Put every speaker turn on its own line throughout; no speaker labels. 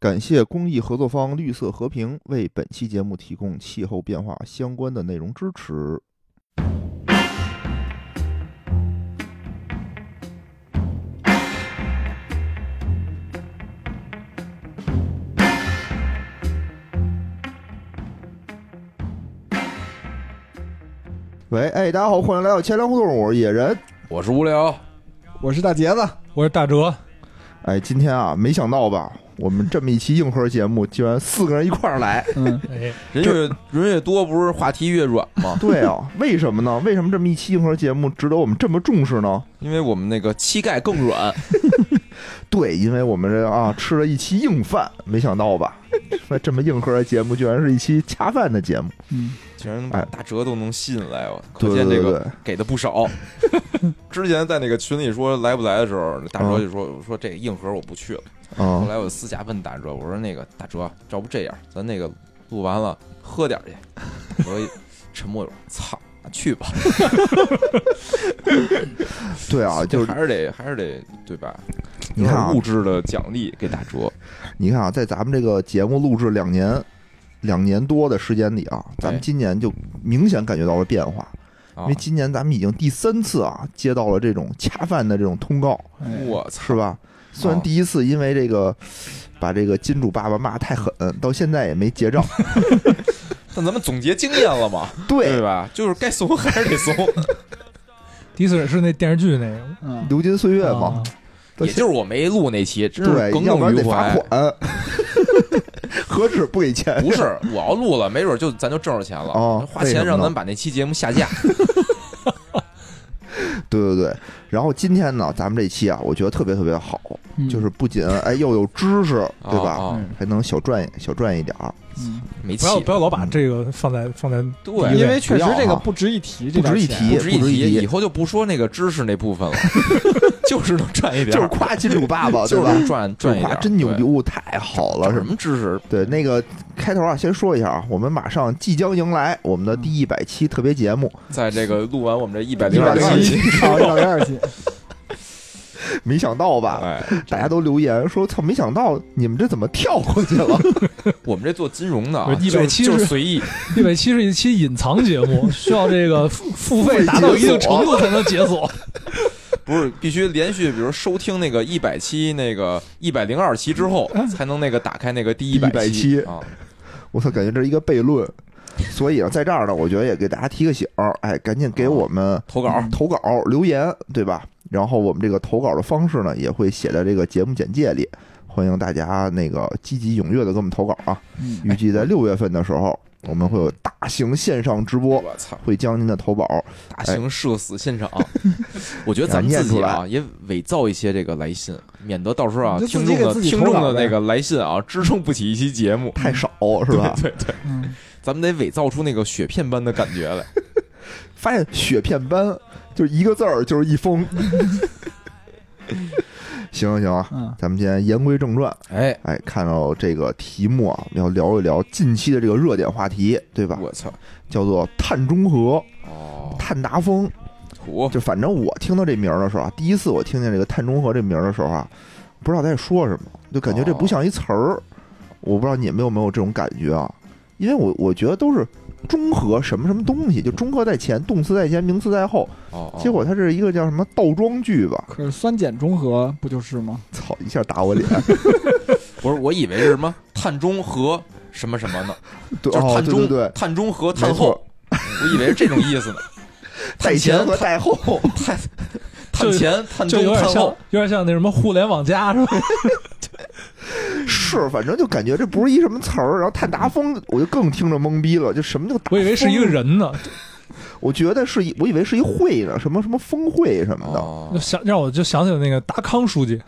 感谢公益合作方绿色和平为本期节目提供气候变化相关的内容支持。喂，哎，大家好，欢迎来到千粮胡同，我是野人。
我是无聊，
我是大杰子，
我是大哲，
哎，今天啊，没想到吧，我们这么一期硬核节目，居然四个人一块儿来。
嗯，
哎，
人越人越多，不是话题越软 吗？
对啊，为什么呢？为什么这么一期硬核节目值得我们这么重视呢？
因为我们那个膝盖更软，
对，因为我们这啊吃了一期硬饭，没想到吧？ 说这么硬核的节目，居然是一期恰饭的节目。
竟然把
哎
大哲都能吸引来，我可
对
见
对
这
对啊
个
对，
给的不少。 之前在那个群里说来不来的时候，大哲就说我说这硬核我不去了。嗯后
嗯，
来我就私下问大哲，我说那个大哲，要不这样，咱那个录完了喝点儿去。我说沉默一会儿，操，那去吧。
对 啊，就是
还是得还是得对吧？
你看啊
有点物质的奖励给大哲，
你看啊，在咱们这个节目录制两年、两年多的时间里啊，咱们今年就明显感觉到了变化，
啊
因为今年咱们已经第三次啊接到了这种恰饭的这种通告，
哎
我操，
是吧？虽然
哦
第一次因为这个把这个金主爸爸骂太狠，到现在也没结账。
但咱们总结经验了嘛，对
对，
吧？就是该怂还是得怂，
第一次是那电视剧那个，
嗯，
流金岁月嘛
啊，
对
也就是我没录那期，真是
对，
耿
要不
耿
然
于
得罚
怀。
款， 何止不给钱？
不是，我要录了，没准就咱就挣着钱了。
哦
花
为什
钱
么
让
呢
咱把那期节目下架。
对对对。然后今天呢，咱们这期啊，我觉得特别特别好，
嗯
就是不仅哎又有知识， 对吧？
啊啊
还能小赚小赚一点儿，
嗯
没
嗯不
气，
要不要老把这个放在放在
对，
因为确实这
不要
个
啊
不值一提，
不
这点
值一
钱
提，
不值一
不值一
提，
提
以后就不说那个知识那部 分了，就是能赚一点
就是
儿，
夸金主爸爸，对
啊 就
吧？
是赚
就
赚
是
一点
夸
儿，
真牛逼，
对。
哦太好了，
找
是
什
吗？
么知识？
对，那个开头啊，先说一下啊，我们马上即将迎来我们的第一百期特别节目，
在这个录完我们这一百
一
零二
啊百零二
期，
期，好，一百零二期，
没想到吧？
哎，
大家都留言说，操，没想到你们这怎么跳过去了？
我们这做金融的啊，
不是
就是
170
就是随意，
一百七十一期隐藏节 目，需要这个付付费达到一定程度才能解 锁。
不是必须连续，比如收听那个一百期、那个一百零二期之后，
嗯
才能那个打开那个第一百
100期
啊。
我操，感觉这是一个悖论。所以啊，在这儿呢，我觉得也给大家提个醒儿，哎，赶紧给我们
投稿，
嗯
投稿留言，对吧？然后我们这个投稿的方式呢，也会写在这个节目简介里，欢迎大家那个积极踊跃的给我们投稿啊！
嗯
预计在六月份的时候，我们会有大型线上直播，
我操，
会将您的投稿
大型社死现场，我觉得咱们
哎
自己啊也伪造一些这个来信，免得到时候啊
你就
听
自
众
己给
的
自己
听
投稿
众的
呗
那个来信啊支撑不起一期节 目，
太少是吧？
对对对，
嗯，
咱们得伪造出那个雪片般的感觉来。
发现雪片般，就是一个字儿，就是一封。行行行啊，
嗯
咱们先言归正传，
哎，
哎，看到这个题目啊，我们要聊一聊近期的这个热点话题，对吧？
我操，
叫做碳中和、
哦，
碳达峰。
土
就反正我听到这名儿的时候啊，第一次我听见这个碳中和这名儿的时候啊，不知道在说什么，就感觉这不像一词儿。我不知道你们有没有这种感觉啊？因为我我觉得都是中和什么什么东西，就中和在前，动词在前，名词在后。
哦，哦
结果它是一个叫什么倒装句吧？
可是酸碱中和不就是吗？
操，一下打我脸。
不是，我以为是什么碳中和什么什么呢？
对，
就是
哦，
碳
对
中、
对对，
碳中和、
没错
碳后，，我以为是这种 意思呢。
带
碳
前
前
和带后。
碳碳前、碳
就有
中、
点
碳
像
后，
有点像那什么互联网加是吧？
是，反正就感觉这不是一什么词儿，然后碳达峰，我就更听着懵逼了，就什么叫达
我以为是一个
峰，
人呢，
我觉得是一，我以为是一会呢，什么什么峰会什么的，
哦
就想让我就想起了那个达康书记，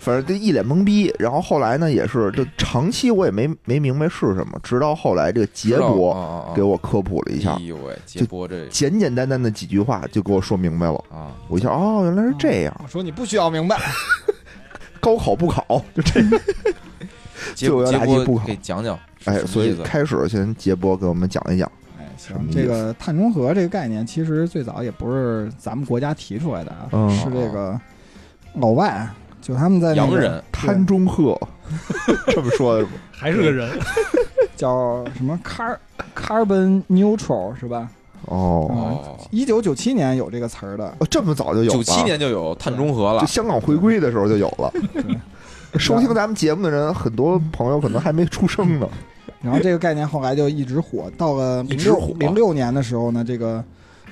反正就一脸懵逼。然后后来呢，也是就长期我也没没明白是什么，直到后来这个杰博给
我
我科普了一下
哦哎，呦喂，杰波这
简简单单的几句话就给我说明白了，
啊，
我一下哦，原来是这样，
我说你不需要明白，
高考不考就这样。
杰
就有
杰
垃圾不
波
好
给讲讲，
哎，
什么
所
意
以
思啊
开始先杰博给我们讲一讲，
哎，
什么
行
意，思
这个碳中和这个概念其实最早也不是咱们国家提出来的啊，
嗯
是这个老外就他们在那
洋
个
人
滩中鹤， 这么说的是吗？
还是个人，
叫什么 car carbon neutral 是吧？
哦，
哦，
一九九七年有这个词儿的，
哦这么早就有了？
九七年就有碳中和了
就，香港回归的时候就有了。收听咱们节目的人，很多朋友可能还没出生呢。
然后这个概念后来就一直火，到了
一
零
直
六
火
零六年的时候呢，这个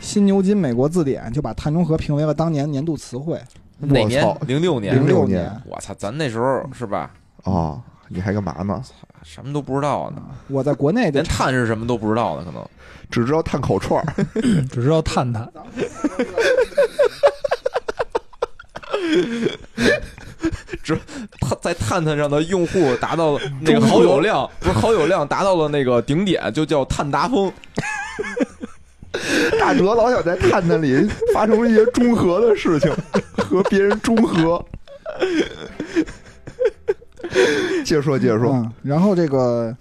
新牛津美国字典就把碳中和评为了当年年度词汇。
哪年
我操？
零六年。
06
六
年
我操，咱那时候是吧，
啊！你还干嘛呢？
什么都不知道呢，
我在国内就
连碳是什么都不知道呢，可能。
只知道碳烤串儿。
只知道探 探。
他在探探上的用户达到了那个好友量，不是好友量达到了那个顶点，就叫碳达峰。
大哲老想在探探里发生一些中和的事情，和别人中和。接着说，接着说。
嗯，然后这个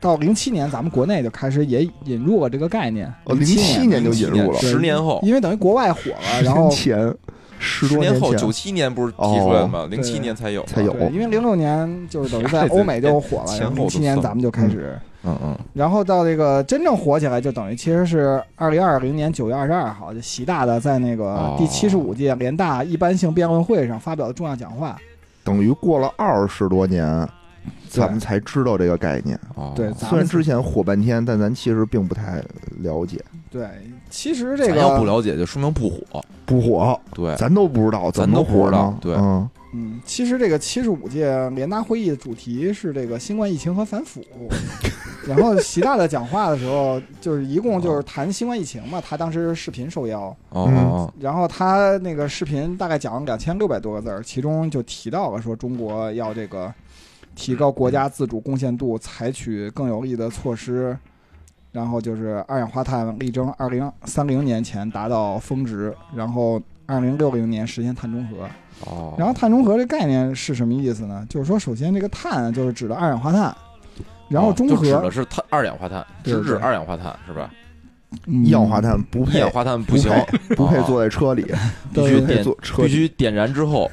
到零七年，咱们国内就开始也引入了这个概念。
哦，零
七
七年就引入了，
对
十年后，
因为等于国外 火了，然后
年前十
十
多
年后
前
九七年不是提出来的吗？零七
对
年才有嘛，
才有
对，因为零六年就是等于在欧美就火了，
前
然后
后
零
都
七年
算
咱们就开始，
嗯嗯，
然后到这个真正火起来，就等于其实是二零二零年九月二十二号，就习大大在那个
哦
第七十五届联大一般性辩论会上发表的重要讲话。
等于过了二十多年，
对
咱们才知道这个概念。
哦
对咱
虽
们
然之前火半天，但咱其实并不太了解。
对，其实这
咱要不
个，
了解就说明不火，
不火，
对，
咱都不知道，
哎咱
怎么
都不
火
知道
呢？
对
嗯，
嗯，其实这个七十五届联大会议的主题是这个新冠疫情和反腐。然后习大大讲话的时候，就是一共就是谈新冠疫情嘛，他当时是视频受邀，
哦哦
然后他那个视频大概讲了两千六百多个字儿，其中就提到了说中国要这个提高国家自主贡献度，采取更有力的措施，然后就是二氧化碳力争二零三零年前达到峰值，然后二零六零年实现碳中和。
哦，
然后碳中和这概念是什么意思呢？就是说，首先这个碳就是指的二氧化碳，然后
哦
中
就指
和
的是碳二氧化碳，
对
直指
对
二氧化碳是吧？
嗯
一氧化碳不
一
配
氧，化碳不行，
不配
哦
坐在车里，
必
不
须
对
配
点
坐车
必
里。
须点燃之后，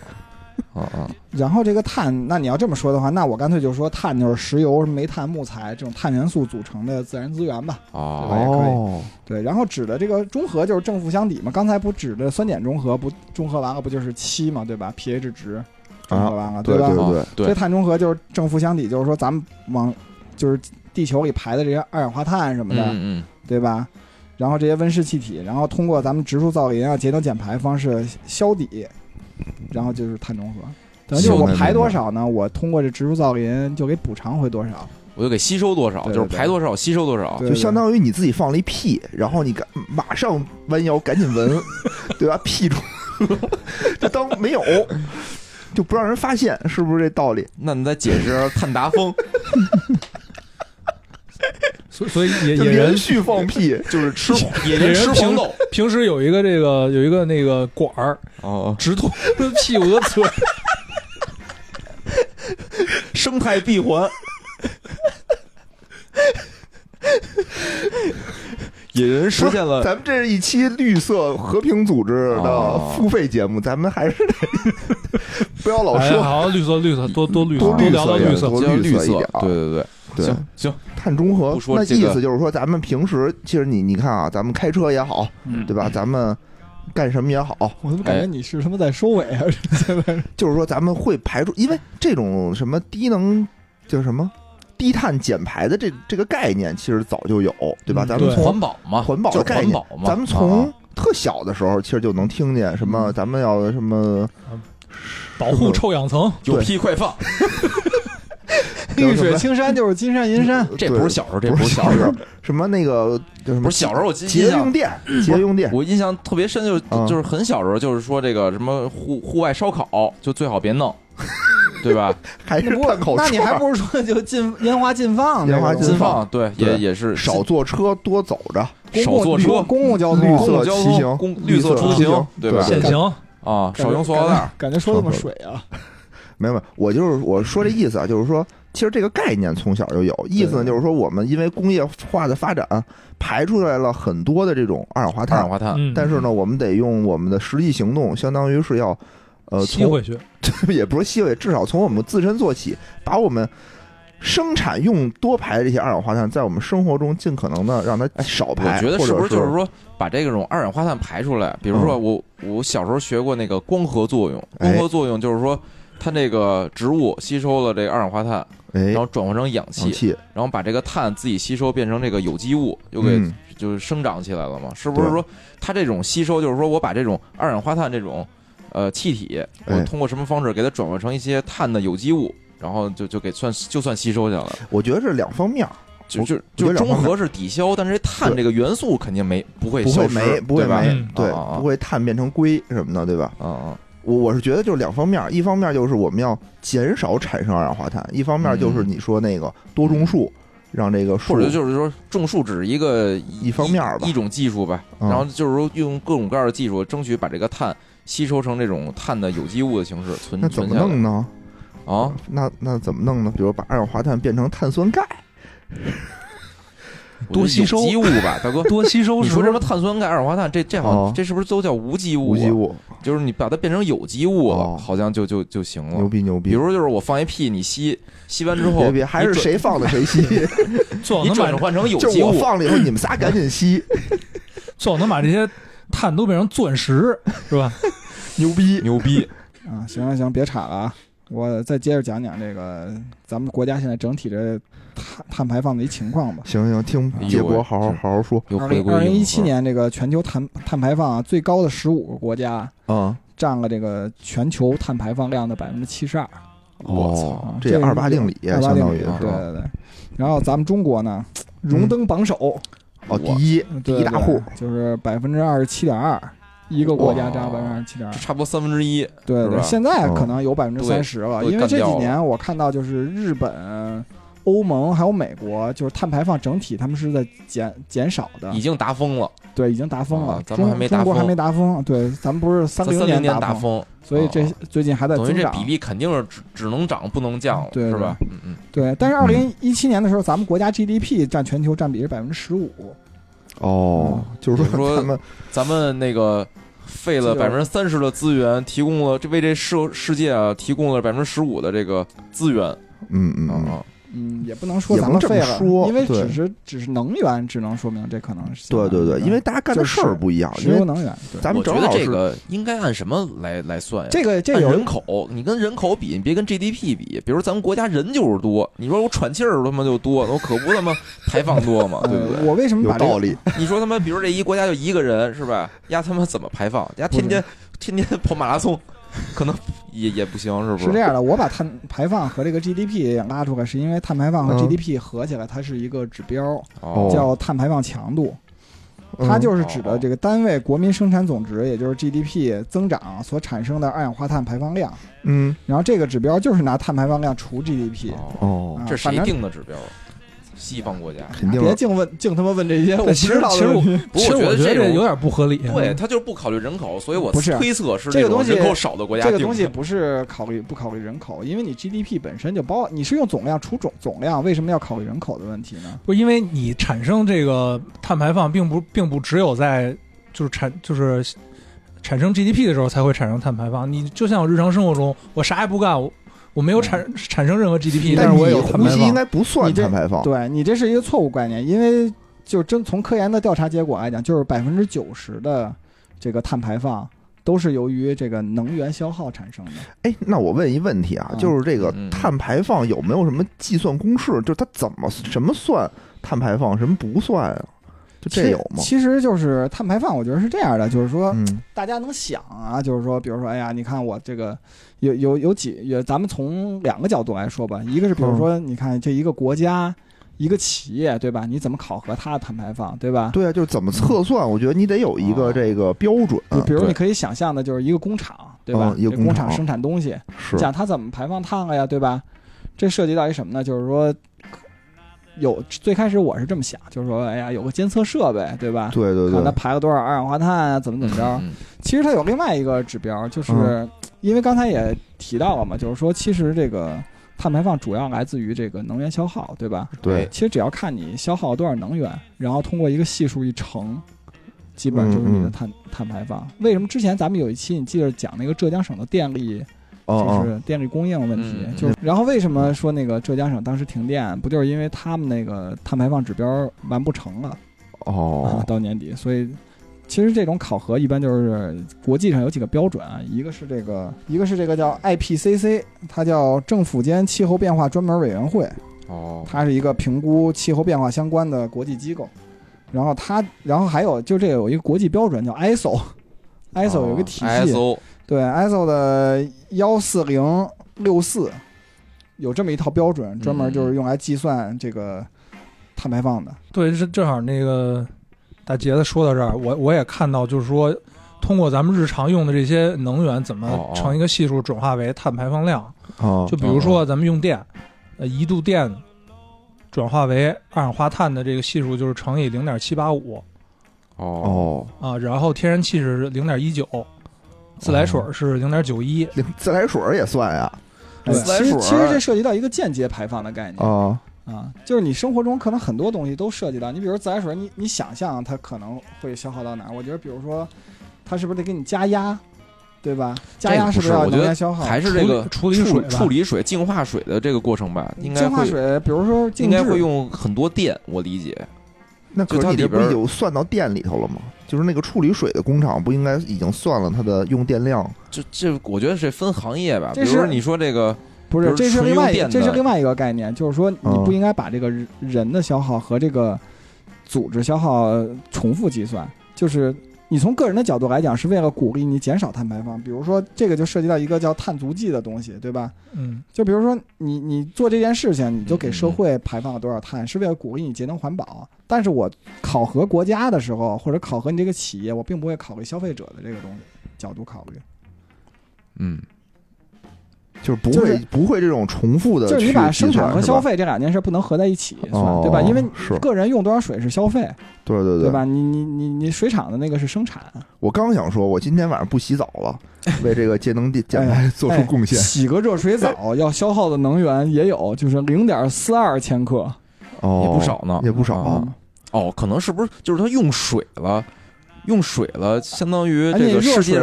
啊啊，
然后这个碳，那你要这么说的话，那我干脆就说碳就是石油、煤炭、木材这种碳元素组成的自然资源吧。
哦
哦，
对，然后指的这个中和就是正负相抵嘛。刚才不指的酸碱中和，不中和完了不就是七嘛，对吧？pH 值中和完了，
对
吧？
对
哦
这
对，
碳中和就是正负相抵，就是说咱们往就是地球里排的这些二氧化碳什么的，
嗯嗯，
对吧？然后这些温室气体，然后通过咱们植树造林啊、节能减排方式消抵，然后就是碳中和。等于就是
行
我
明白
排多少呢？我通过这植树造林就给补偿回多少。
我就给吸收多少，
对
就是
对对
排多少吸收多少，
对
就相当于你自己放了一屁，然后你赶马上弯腰赶紧 闻，对吧？屁中，就当没有，就不让人发现，是不是这道理？
那你再解释碳达峰，
所以所以野
就
野人
连续放屁，
就是吃野
野
人
人
吃黄
平
豆，
平时有一个这个有一个那个管儿
哦，
直通屁股的嘴，
生态闭 环。野人实现了
咱们这是一期绿色和平组织的
哦
付费节目，咱们还是得 不要 老
哎
说
呀，好绿色绿色，多多绿色，
多绿色
聊聊
一点
绿色。
多
比较
绿
绿
色一点啊
对对对，
对
行行，
碳中和
不，说
那
这
意
个
思就是说，咱们平时其实你你看啊，咱们开车也好，
嗯
对吧？咱们干什么也好，
我怎么感
哎
觉你是他妈在收尾啊？现 在
就是说咱们会排除，因为这种什么低能叫什么低碳减排的这这个概念，其实早就有，对吧？
嗯
咱们
对
从
环保嘛，
环保
就
的
是
概
环
念
保嘛，
咱们
啊
从特小的时候，其实就能听见什
嗯
么，咱们要什么
保护臭氧层，
有屁快放，
绿水青山就是金山银山。
这不是小时候，这
不
不
是
是小时候，
什么那个叫什么
不是小时候，我印
节
印
用
象
电，节用电，
我印象特别深，就是
嗯
就是很小时候，就是说这个什么户户外烧烤，就最好别弄，对吧？
还
那
是
不
碳口啊
那你 还
串儿
不如说就禁啊烟花禁放那种，
烟花禁
禁放对也
对
也是
少坐车，多走着，
公
少
共
坐车
公共交通、
绿色
公共交
骑
通
行
公绿
绿
色
色
出
出
行
行
对
对
吧？
对
限行，
啊，少用塑料袋儿，
感觉说那么水啊？
没有，没有，我就是我说这意思啊，就是说，其实这个概念从小就有，意思呢就是说，我们因为工业化的发展，排出来了很多的这种二氧化
二
碳，
氧化碳，
嗯，
但是呢，我们得用我们的实际行动，相当于是要呃，
吸
从
回去，
也不是吸回，至少从我们自身做起，把我们生产用多排的这些二氧化碳，在我们生活中尽可能的让它少
哎我
排，
觉得
或
是
者
不
是
是就是说把这种二氧化碳排出来？比如说
嗯
我我小时候学过那个光合作用，
哎
光合作用就是说它那个植物吸收了这个二氧化碳，
哎
然后转化成氧
氧
气，
气，
然后把这个碳自己吸收变成这个有机物，又给
嗯
就是生长起来了嘛？是不是
对
说它这种吸收就是说我把这种二氧化碳这种呃气体，
哎
我通过什么方式给它转化成一些碳的有机物，然后就就给算就算吸收去了。
我觉得这两方面儿
就
我
就
我觉
就
得两
中
方面
和是抵消，但是这碳
对
这个元素肯定没不会
不
消
会
失
没不会
对吧
没
嗯，
对
啊啊，啊
不会碳变成硅什么的，对吧？
啊啊，
我我是觉得就是两方面儿，一方面就是我们要减少产生二氧化碳，一方面就是你说那个多种树，让这个树
嗯或者就是说种树只是一个一
一方面儿吧
一种技术吧，
嗯
然后就是说用各种各样的技术，争取把这个碳吸收成这种碳的有机物的形式存
那怎
存
么
下来
弄呢？
啊？
那那怎么弄呢？比如把二氧化碳变成碳酸钙，
我
多
觉得
吸收
有机物吧，
。
大哥
多吸收
你
是
说
不
什
是
么碳酸钙、二氧化碳，这这好
哦
像这是不是都叫无机物？啊
无机，物，
就是你把它变成有机物了，
哦
好像就就就行
牛
了。
逼牛逼！
比如就是我放一屁，你吸吸完之后，
别别，还是
你转
谁放的谁吸，
最好
你
能
转
把
换成有
就是
机
我
物，
放了以后，你们仨赶紧吸，
最好能把这些碳都变成钻石，是吧？
牛逼！
牛逼！
啊，行行行，别岔了啊！我再接着讲讲这个咱们国家现在整体这碳碳排放的一情况吧。
行行，
哎
听
呦
杰
喂
博好好
是
好好说
又
二
回
零
归
二零一
硬
七
核
年，这个全球碳碳排放啊最高的十五个国家
啊！
占了这个全球碳排放量的百分之七十二。
我操！
啊，
哦这二八定理
二八啊
相当
定理，
于
对
是吧
对对。然后咱们中国呢，荣登榜首，
哦，第一第
对
一大户，
对就是百分之二十七点二，一个国家占百
哇
分之二十七点二
这。差不多三分之一。
对
是吧嗯
对，现在可能有百分之三十了，
对
因为这
干
几
掉了
年我看到就是日本、欧盟还有美国，就是碳排放整体他们是在减减少的
已，经达峰了，
对，已经达峰了
啊。咱
中
们还没达
中国还
峰
没达峰，对，咱们不是三
咱三零
年
达
峰，
峰，
所以这
啊
最近还在
等于
增
这
长
比。例肯定是只只能涨不能降了，
对
是吧？嗯嗯，
对，但是二零一七年的时候，咱们国家 GDP 占全球占比是百分之十五，
哦，就是
比如说
说咱们
咱们那个费了
这就
百
是
分之三十的资源，提供了这为这世世界啊提供了百分之十五的这个资源
嗯嗯嗯，
啊，
嗯，也不能说
也
咱
不
们
这么
废了，
说
因为
对
只是只是能源，只能说明这可能是
对对对，因为大家干的
嗯就是
事儿不一样，
石
因
油
为
能源，对，
咱们
我觉
正
得
好
这
是
个应该按什么来来算呀？
这个这
按
有
人口，你跟人口比，你别跟 GDP 比。比如咱们国家人就是多，你说我喘气儿他妈就多，我可不他妈排放多 嘛，
呃
对不对？
我为什么
有
把这个
道理，
你说他妈，比如这一国家就一个人是吧？丫他妈怎么排放？丫天天天天跑马拉松，可能也也不行，是不
是
是
这？样的，我把碳排放和这个 GDP 拉出来，是因为碳排放和
嗯
GDP 合起来，它是一个指标，
哦
叫碳排放强度。
嗯
它就是指的这个单位国民生产总值，也就是 GDP 增长所产生的二氧化碳排放量。
嗯
然后这个指标就是拿碳排放量除 GDP。
哦，
哦
啊，
这
反
谁
正
定的指标啊？西方国家。
肯定
别净问，净他妈问这些，我不
但其实
知道
其
的
实
问
我
题。
不
其
过
实
我
我
觉
觉
得这
得这
种
有点不合理。啊
对，他就是不考虑人口，所以我
不是
推测是
这个
种
东西
人口少的国家
这
定
个
的。
东西不是考虑不考虑人口，因为你 GDP 本身就包，你是用总量除总总量，为什么要考虑人口的问题呢？
不是因为你产生这个碳排放，并不并不只有在就是产就是产生 GDP 的时候才会产生碳排放。你就像我日常生活中，我啥也不干，我我没有产、产生任何 GDP，但
但
是我
你
也有碳
呼
排
吸应
放。
该不算
你这
碳排放，
对你这是一个错误概念，因为就真从科研的调查结果来讲，就是百分之九十的这个碳排放都是由于这个能源消耗产生的。
哎，那我问一问题啊，
嗯
就是这个
嗯嗯
碳排放有没有什么计算公式？就是它怎么什么算碳排放，什么不算啊？就
其
这有吗？
其实就是碳排放，我觉得是这样的，就是说
嗯
大家能想啊，就是说，比如说，哎呀，你看我这个有有有几，有咱们从两个角度来说吧，一个是比如说，你看这一个国家。一个企业对吧？你怎么考核它的碳排放对吧？
对啊，就是怎么测算？我觉得你得有一个
哦
这个标准，
就比如
对
你可以想象的，就是一个工厂对吧？
嗯一个
这
工
工厂
厂
生产东西，
是
讲它怎么排放碳了呀，对吧？这涉及到一什么呢？就是说，有最开始我是这么想，就是说，哎呀，有个监测设备，对吧？
对对
看它
对，
排了多少二氧化碳啊，怎么怎么着。
嗯
其实它有另外一个指标，就是、
嗯
因为刚才也提到了嘛，就是说，其实这个碳排放主要来自于这个能源消耗，对吧？
哎
对
其实只要看你消耗多少能源，然后通过一个系数一乘，基本就是你
嗯嗯
的碳碳排放。为什么之前咱们有一期你记得讲那个浙江省的电力，就
哦
是电力供应问题
嗯，
就是然后为什么说那个浙江省当时停电，不就是因为他们那个碳排放指标完不成了
哦
啊
哦，
到年底，所以。其实这种考核一般就是国际上有几个标准啊，一个是这个，一个是这个叫 IPCC，它叫政府间气候变化专门委员会，
哦，
它是一个评估气候变化相关的国际机构。然后它，然后还有就这有一个国际标准叫 ISO，ISO
哦
有一个体系，
ISO
对 ISO 的幺四零六四有这么一套标准，专门
嗯
就是用来计算这个碳排放的。
对，是正好那个大杰子说到这儿，我我也看到，就是说通过咱们日常用的这些能源，怎
哦
么
哦
乘一个系数转化为碳排放量？
哦
就比如说咱们用电，呃，一度电转化为二氧化碳的这个系数就是乘以零点七八五
哦
哦，
啊，然后天然气是零点一九，自来水是零点九一，
连自来水儿也算呀？
对，
自来
其实
水
哎其实这涉及到一个间接排放的概
哦嗯
念
啊
啊，就是你生活中可能很多东西都涉及到。你比如自来水，你你想象它可能会消耗到哪儿？我觉得，比如说它是不是得给你加压，对吧？加压
这个不
不
是
是要
我觉得
能源消耗？
还是这个
处理处理水吧
处理水净化水的这个过程吧，应该
净化
会
水，比如说
应
静
该会
置，
用很多电，我理解。
那
就
可是
它
你这
里
不
边儿
有算到电里头了吗？就是那个处理水的工厂，不应该已经算了它的用电量？
这这，我觉得是分行业吧。比
这
如
是
说你说这个，
不
比
是
如，
这是
纯
另
用
外一
电
这是
的
另外一个概念，就是说你
嗯
不应该把这个人人的消耗和这个组织消耗呃重复计算。就是你从个人的角度来讲，是为了鼓励你减少碳排放。比如说，这个就涉及到一个叫碳足迹的东西，对吧？
嗯，
就比如说你你做这件事情，你就给
嗯
社
嗯
会排放了多少碳，是为了鼓励你节能环保。但是我考核国家的时候，或者考核你这个企业，我并不会考虑消费者的这个东西角度考虑。
嗯，
就是不
就
会
是
不会这种重复的去
就是
计算，
你把生产
啊
和
是吧
消费这两件事不能合在一起算，
哦
对吧？因为你
是
个人用多少水是消费，
对对
对
对？
吧？你你你你水厂的那个是生产，
我刚想说，我今天晚上不洗澡 了，为这个节能地减排 做出贡献
哎。洗个热 水澡要消耗的能源也有，就是零点四二千克
哦，
哎也不少呢，
也不少
啊
嗯
哦，可能是不是就是它用水了，用水了，相当于
而且
这个
热
世界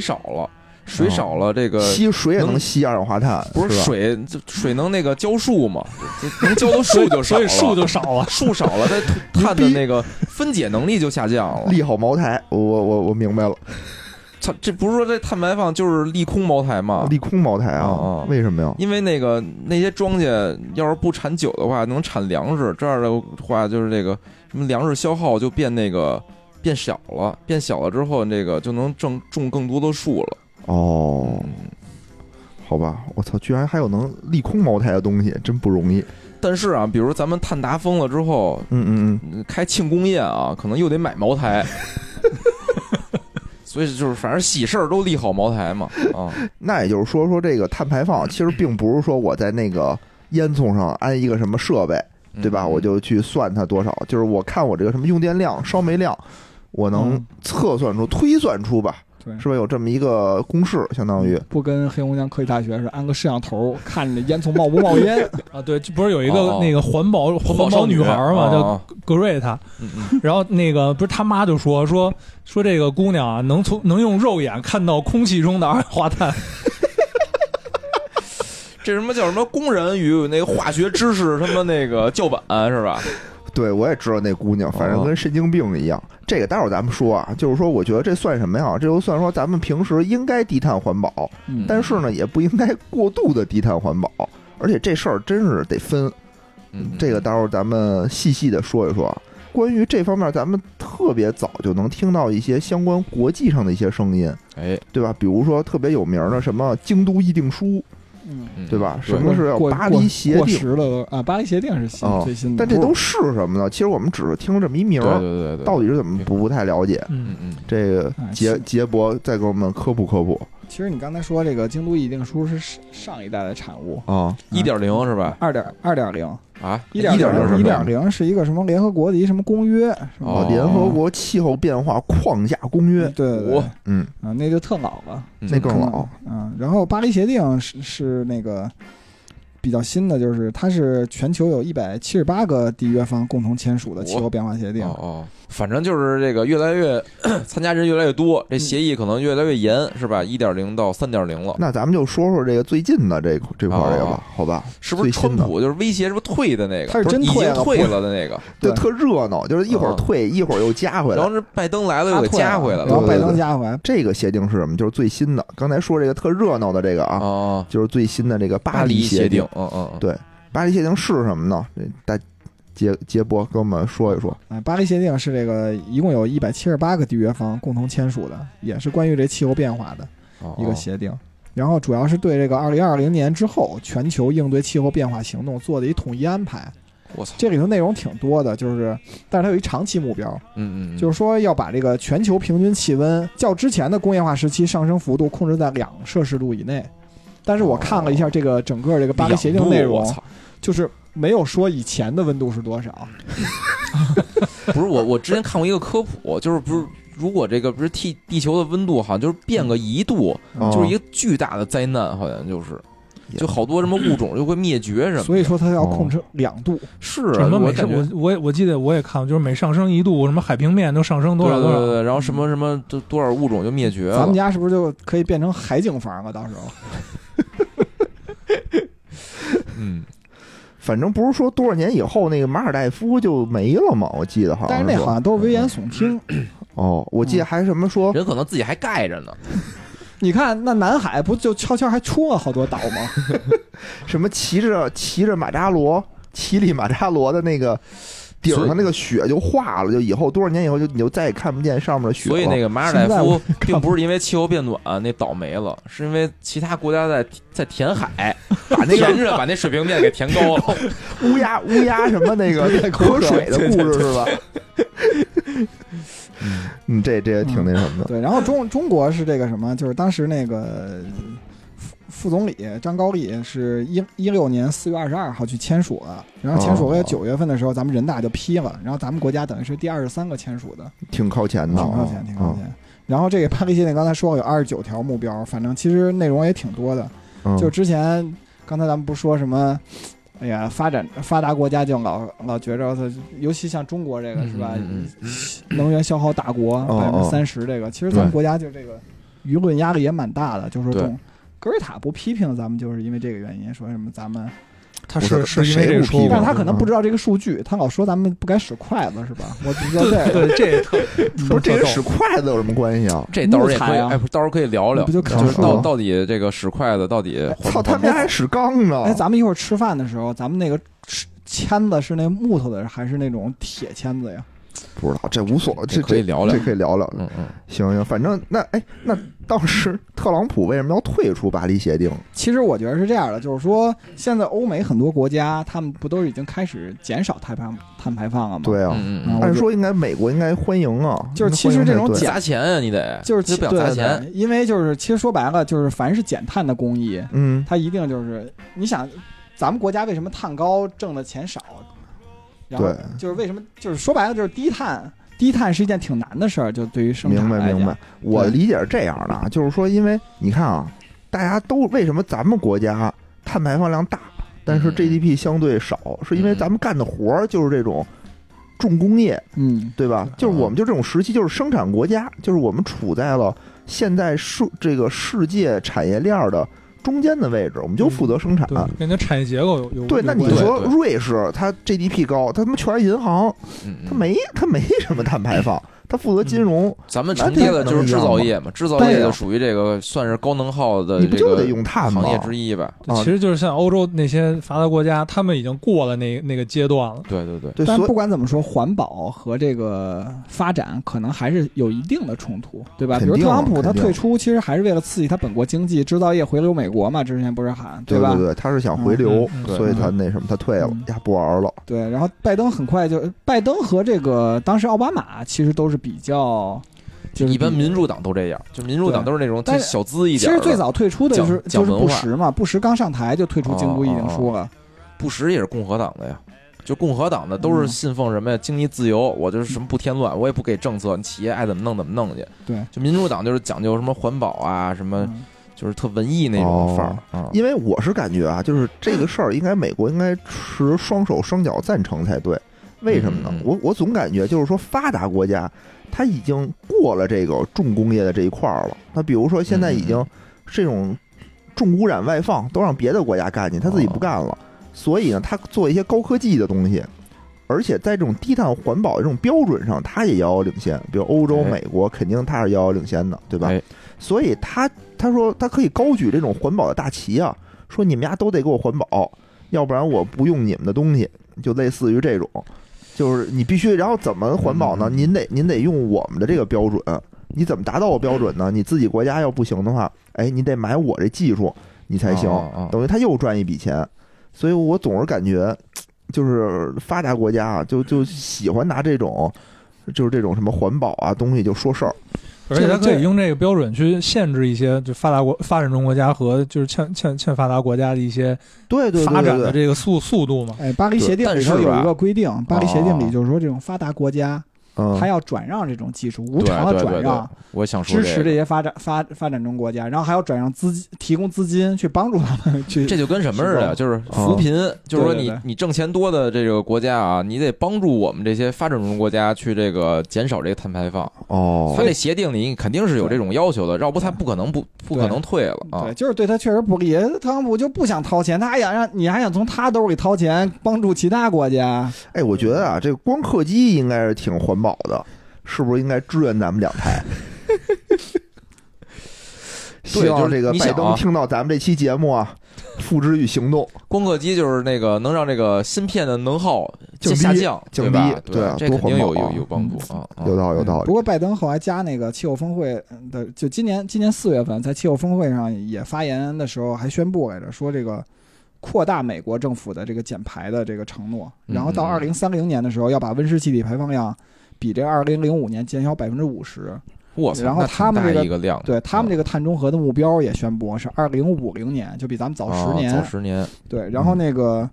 上水少了，水少了，这个
吸水也能
能
吸二氧化碳，
不是
吧？
水，这水能那个浇树嘛， 这能浇到树就少
所以
了，
数就少了。
树少了，它碳的那个分解能力就下降 了。
利好茅台，我我我我明白了，
它这不是说这碳排放就是利空茅台嘛？
利空茅台
啊
啊
啊，
为什么呀？
因为那个那些庄稼要是不产酒的话，能产粮食，这样的话就是这个什么粮食消耗就变那个变小了，变小了之后，那个就能种种更多的树了。
哦，
嗯
好吧，我操，居然还有能利空茅台的东西，真不容易。
但是啊，比如咱们碳达峰了之后，
嗯嗯嗯，
嗯开庆功宴啊，可能又得买茅 台。所以就是，反正喜事儿都利好茅台嘛，啊，
那也就是说，说这个碳排放其实并不是说我在那个烟囱上安一个什么设备， 对吧？
嗯
我就去算它多少，就是我看我这个什么用电量、烧煤量，我能
嗯
测算出、推算出吧，
对，
是吧？有这么一个公式，相当
嗯
于
不跟黑龙江科技大学是安个摄像头看着烟囱冒不冒 烟，
啊，对，就不是有一
哦
个
哦
那个环保
环
环
保
保
少
女孩儿嘛，叫
啊
格瑞塔，
嗯嗯
然后那个不是他妈就说说说这个姑娘啊，能从能用肉眼看到空气中的二氧化碳，
这什么叫什么工人与那个化学知识什么那个叫板是吧？
对，我也知道那姑娘，反正
哦
跟神经病一样。这个待会儿咱们说啊，就是说，我觉得这算什么呀？这就算说咱们平时应该低碳环保，
嗯
但是呢，也不应该过度的低碳环保。而且这事儿真是得分，
嗯嗯
这个待会儿咱们细细的说一说啊。关于这方面，咱们特别早就能听到一些相关国际上的一些声音，
哎，
对吧？比如说特别有名的什么《京都议定书》，
嗯，
嗯
对吧？什
对
么是要
过
巴
过
黎协
过
定？
时了都啊，巴黎协定是新
哦
最新的，
但这都是什么呢？其实我们只是听这么一名
嗯对
儿，
对对对，
到底是怎么不不太了解。
嗯
嗯，嗯
这个
哎
杰
是
杰博再给我们科普科普
其实你刚才说这个京都议定书是上上一代的产物，
啊！
一点零是吧？
二点二点零，
啊，
一
点零
是
零
吧
一点零是一个什么联合国的一什么公约，什么嗯
哦
啊联合国气候变化框架公约，
对对对
我
嗯，
啊，那就特老了，
嗯
那更
可能
老，
嗯，然后巴黎协定是是那个比较新的，就是它是全球有一百七十八个缔约方共同签署的气候
我
变化协定
哦。哦，反正就是这个越来越 参加人越来越多，这协议可能越来越严，是吧？一点零到三点零了，
那咱们就说说这个最近的这这块儿这个
哦
吧，好吧？
是不是
最
川
新的
普就是威胁，是不是退的那个？
他是
不
真
已
退
经
了
退
不是
了的那个，
就
对
特热闹，就是一会儿
哦
退，一会儿又加回
然
来
后。是拜登来了又
他
给
退
加回来
然后
了。
对
拜
对
登
对
加回来，
这个协定是什么？就是最新的。刚才说这个特热闹的这个啊，
哦，
就是最新的这个
巴
巴
黎
协
定。，嗯嗯嗯，
对巴黎协定是什么呢？这大杰杰波跟我们说一说。
哎，巴黎协定是这个一共有一百七十八个缔约方共同签署的，也是关于这气候变化的
哦
一个协定。然后主要是对这个二零二零年之后全球应对气候变化行动做的一统一安排。
哦我操，
这里头内容挺多的，就是，但是它有一长期目标，
嗯嗯，
就是是说要把这个全球平均气温较之前的工业化时期上升幅度控制在两摄氏度以内。但是我看了一下这个整个这个巴黎协定内
我
容，
操，
就是没有说以前的温度是多少。
不是我，我之前看过一个科普，就是不是如果这个不是地地球的温度好像就是变个一度，
嗯
哦
就是一个巨大的灾难，好像就是。就好多什么物种就会灭绝什么的，
所以说它要控制两度，
是啊
什么
我
每
感
上
觉
我我我记得我也看过，就是每上升一度，什么海平面都上升多少
对
多
对对
少。
对，然后什么什么都多少物种就灭绝
咱
了
们。家是不是就可以变成海景房了？啊到时候
嗯，
反正不是说多少年以后那个马尔代夫就没了嘛？我记得好像
但是
说
那好像嗯都是危言耸听。
嗯
哦，我记得还什么说
人可能自己还盖着呢。
你看那南海不就悄悄还出了好多岛吗？
什么骑着骑着马扎罗骑里马扎罗的那个顶
所以
上那个雪就化了，就以后多少年以后就你就再也看不见上面的雪了。
所以那个马尔代
现在
夫
我
并不是因为气候变暖那岛没了，是因为其他国家在在填海，
把那
填
个
着把那水平面给填高了。
乌鸦乌鸦什么那个
对
喝
口
水
水
的故事是吧？ 嗯，这这也挺那什么的。
对，然后中中国是这个什么，就是当时那个副副总理张高丽是一一六年四月二十二号去签署了，然后签署
哦
了九月份的时候，咱们人大就批了，然后咱们国家等于是第二十三个签署
哦
的，
挺靠前的，
嗯
啊
挺靠前，挺靠前。然后这个巴黎协定刚才说了有二十九条目标，反正其实内容也挺多的。
嗯。
就
就
之前刚才咱们不是说什么，哎呀，发展发达国家就老老觉着它，尤其像中国这个是吧
嗯嗯，
能源消耗大国
哦
百分之三十这个，其实咱们国家就这个舆论压力也蛮大的，就是说这种。格瑞塔不批评咱们，就是因为这个原因，说什么咱们，
他
我
是
操
是因
谁
为这
不
个
批
说
评
法
但是他可能不知道这个数据，他老说咱们不该使筷子，是吧？我只知道这个，
对，这也特
不是这跟
个
使筷子有什么关系啊？
这到时候也可以，
木材啊
哎，不是到时候可以聊聊，
不就砍
是
树
到
吗
到底这个使筷子到底环
操，
不
他
环
们家
保
还使缸呢！
哎，咱们一会儿吃饭的时候，咱们那个吃签子是那木头的还是那种铁签子呀？
不知道，这无所谓，
这
这
可以聊聊
这可以聊聊。
嗯嗯，
行行，反正那哎，那当时特朗普为什么要退出巴黎协定？
其实我觉得是这样的，就是说现在欧美很多国家，他们不都已经开始减少碳排碳排放了吗？，
对啊，
嗯嗯嗯，
我
按说应该美国应该欢迎啊，
就是其实
欢迎才
这种
对
假
砸钱啊，你得
就是
你
其
得
对
不想砸
对
钱，
对，因为就是其实说白了，就是凡是减碳的工艺，
嗯
它一定就是你想，咱们国家为什么碳高挣的钱少？然后
对
就是为什么就是说白了就是低碳，低碳是一件挺难的事儿，就对于生
明
产
白
来讲
明白。我
对
理解是这样的，啊，就是说，因为你看啊，大家都为什么咱们国家碳排放量大，但是
嗯
GDP 相对少，是因为
嗯
咱们干的活儿就是这种。重工业
嗯，
对吧？就是
嗯
我们就这种时期，就是生产国家，就是我们处在了现在世这个世界产业链儿的中间的位置，我们就负责生产。
对，跟它产业结构有有
啊对，
有
那你
关系
说
嗯对
瑞士它 GDP 高，它他妈全是银行，
嗯
它
嗯，
没它没什么碳排放，它负责金融，
咱们承接的就是制造业嘛，制造业就属于这个算是高能耗的
你不
嗯呃这
就得
个
用碳吗
行？业之一吧？
啊
其实就是像欧洲那些发达国家，他们已经过了那那个阶段了。
对对对，
对，
但
所以
不管怎么说，环保和这个发展可能还是有一定的冲突，对吧？比
肯
如
定啊
特朗普
肯
他
定
退出，其实还是为了刺激他本国经济，制造业回流美国嘛，之前不是喊吧？
对对，他是想回流，
嗯嗯
嗯
所以他那什么，他退了
嗯，
呀，不玩了。
对然后拜登很快就，拜登和这个当时奥巴马其实都是比较，就是
一般
比
民。主党都这样，就民主党
对
都是那种
但是
小资一
其
点
实
的。
最早退出的就是
讲
就
讲
是布
文化哦
什嘛，布什刚上台就退出京都议定书了，
布什也是共和党的呀，就共和党的都
嗯
是信奉什么呀？经济自由，我就是什么不添乱，我也不给政策，你企业爱怎么弄怎么弄去。
对，
就民主党就是讲究什么环保啊，什么
嗯哦
就是特文艺那种范儿啊。
因为我是感觉啊，就是这个事儿，应该美国应该持双手双脚赞成才对。为什么呢
嗯嗯？
我我总感觉就是说，发达国家它已经过了这个重工业的这一块儿了。那比如说现在已经
嗯
这种重污染外放都让别的国家干去，他自己不干了。
嗯
所以呢，他做一些高科技的东西，而且在这种低碳环保的这种标准上，它也遥遥领先。比如欧洲、
哎
美国，肯定它是遥遥领先的，对吧？
哎
所以他他说他可以高举这种环保的大旗啊，说你们家都得给我环保，要不然我不用你们的东西，就类似于这种，就是你必须，然后怎么环保呢？
嗯
您得您得用我们的这个标准，你怎么达到我标准呢？你自己国家要不行的话，哎，你得买我这技术，你才行。
哦哦哦
等于他又赚一笔钱，所以我总是感觉，就是发达国家啊，就就喜欢拿这种，就是这种什么环保啊东西就说事儿。
而且它可以用这个标准去限制一些就发达国、发展中国家和就是欠欠欠发达国家的一些
对对对对
发展
对
的这个速速度嘛。
哎，巴黎协定
对
里头
但是
有
吧
一个规定，巴黎协定里
哦
就是说，这种发达国家
嗯
它要转让这种技术，无
对
偿的
对
转
对对
让，，
我想说
支持
个，
这些发展发发展中国家，然后还要转让资金，提供资金去帮助 他们去。
这就跟什么似
是
的，
吧
就是扶贫，
哦
就是说
对对
你
对
你挣钱多的这个国家啊，你得帮助我们这些发展中国家去这个减少这个碳排放。
哦
他这协定里肯定是有这种要求的，要不他不可能不不可能退了啊
对，。就是对他确实不利。特朗普就不想掏钱，他还想让你还想从他兜里掏钱帮助其他国家。
哎，我觉得啊，这个光刻机应该是挺环保的，是不是应该支援咱们两台？ 希望这个
就是你
拜
想
登
啊
听到咱们这期节目啊，付之于行动。
光刻机就是那个能让这个芯片的能耗
降低
下降，
降
对吧？
低
对
对啊
这
多
肯定有
环保
有
啊
有帮助啊。啊
有道理，有道
嗯不
理。
过拜登后来加那个气候峰会的，就今年今年四月份在气候峰会上也发言的时候还宣布来着，说这个扩大美国政府的这个减排的这个承诺，
嗯
然后到
嗯
二零三零年的时候要把温室气体排放量比这二零零五年减小百分之五十。
我操，
然后
那挺
他们
大
这个
一个量，
对他们
这
这个碳中和的目标也宣布是二零五零年，就比咱们早十年。
啊哦早十嗯年，
对，然后那个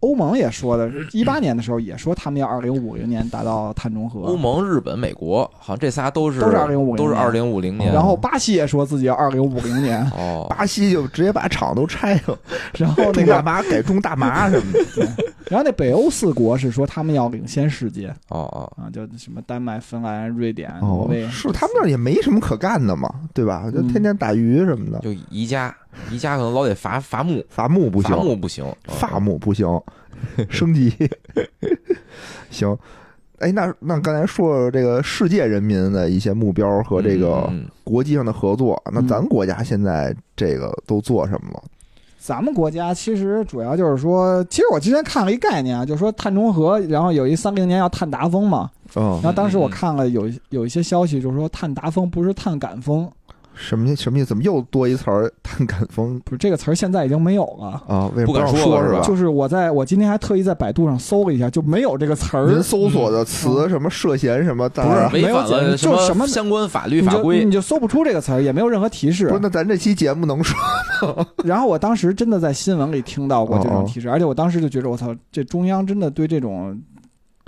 欧盟也说的，一八年的时候也说他们要二零五零年达到碳中和。
欧盟、日本、美国，好像这仨都是
都是2050
都是
年
二零五零年。
然后巴西也说自己要二零五零年，
哦，
巴西就直接把厂都拆了，
然后那
种大
个，
麻改种大麻什么的。
然后那北欧四国是说他们要领先世界
哦哦，
啊，就什么丹麦、芬兰、瑞典、挪
哦
威，，
是他们那儿也没什么可干的嘛，对吧？就天天打鱼什么的，
嗯就宜家，宜家可能老得伐伐木，
伐木不
伐
行，
木不行，嗯
发母不 行，升级 行。哎，那那刚才说这个世界人民的一些目标和这个
嗯嗯
国际上的合作，那
嗯
咱国家现在这个都做什么了？
咱们国家其实主要就是说，其实我之前看了一概念啊，就是说碳中和，然后有一三零年要碳达峰嘛，
嗯
然，后当时我
嗯嗯嗯
看了有一有一些消息，就是说碳达峰不是碳赶峰，
什么什么意思？怎么又多一词儿“碳感风
不是这个词儿现在已经没有了。”
啊？为什么
不敢
让
说
说
了是吧
吧？
就是我在我今天还特意在百度上搜了一下，就没有这个词
您
儿，嗯
搜索的词什么涉嫌什么？不
不是
违
没有
反了
解释就是什么
相关法律
你
法
就
规
你就搜不出这个词儿，也没有任何提示
不是，。那咱这期节目能说？
然后我当时真的在新闻里听到过这
哦
种
哦
提示，而且我当时就觉得我操，这中央真的对这种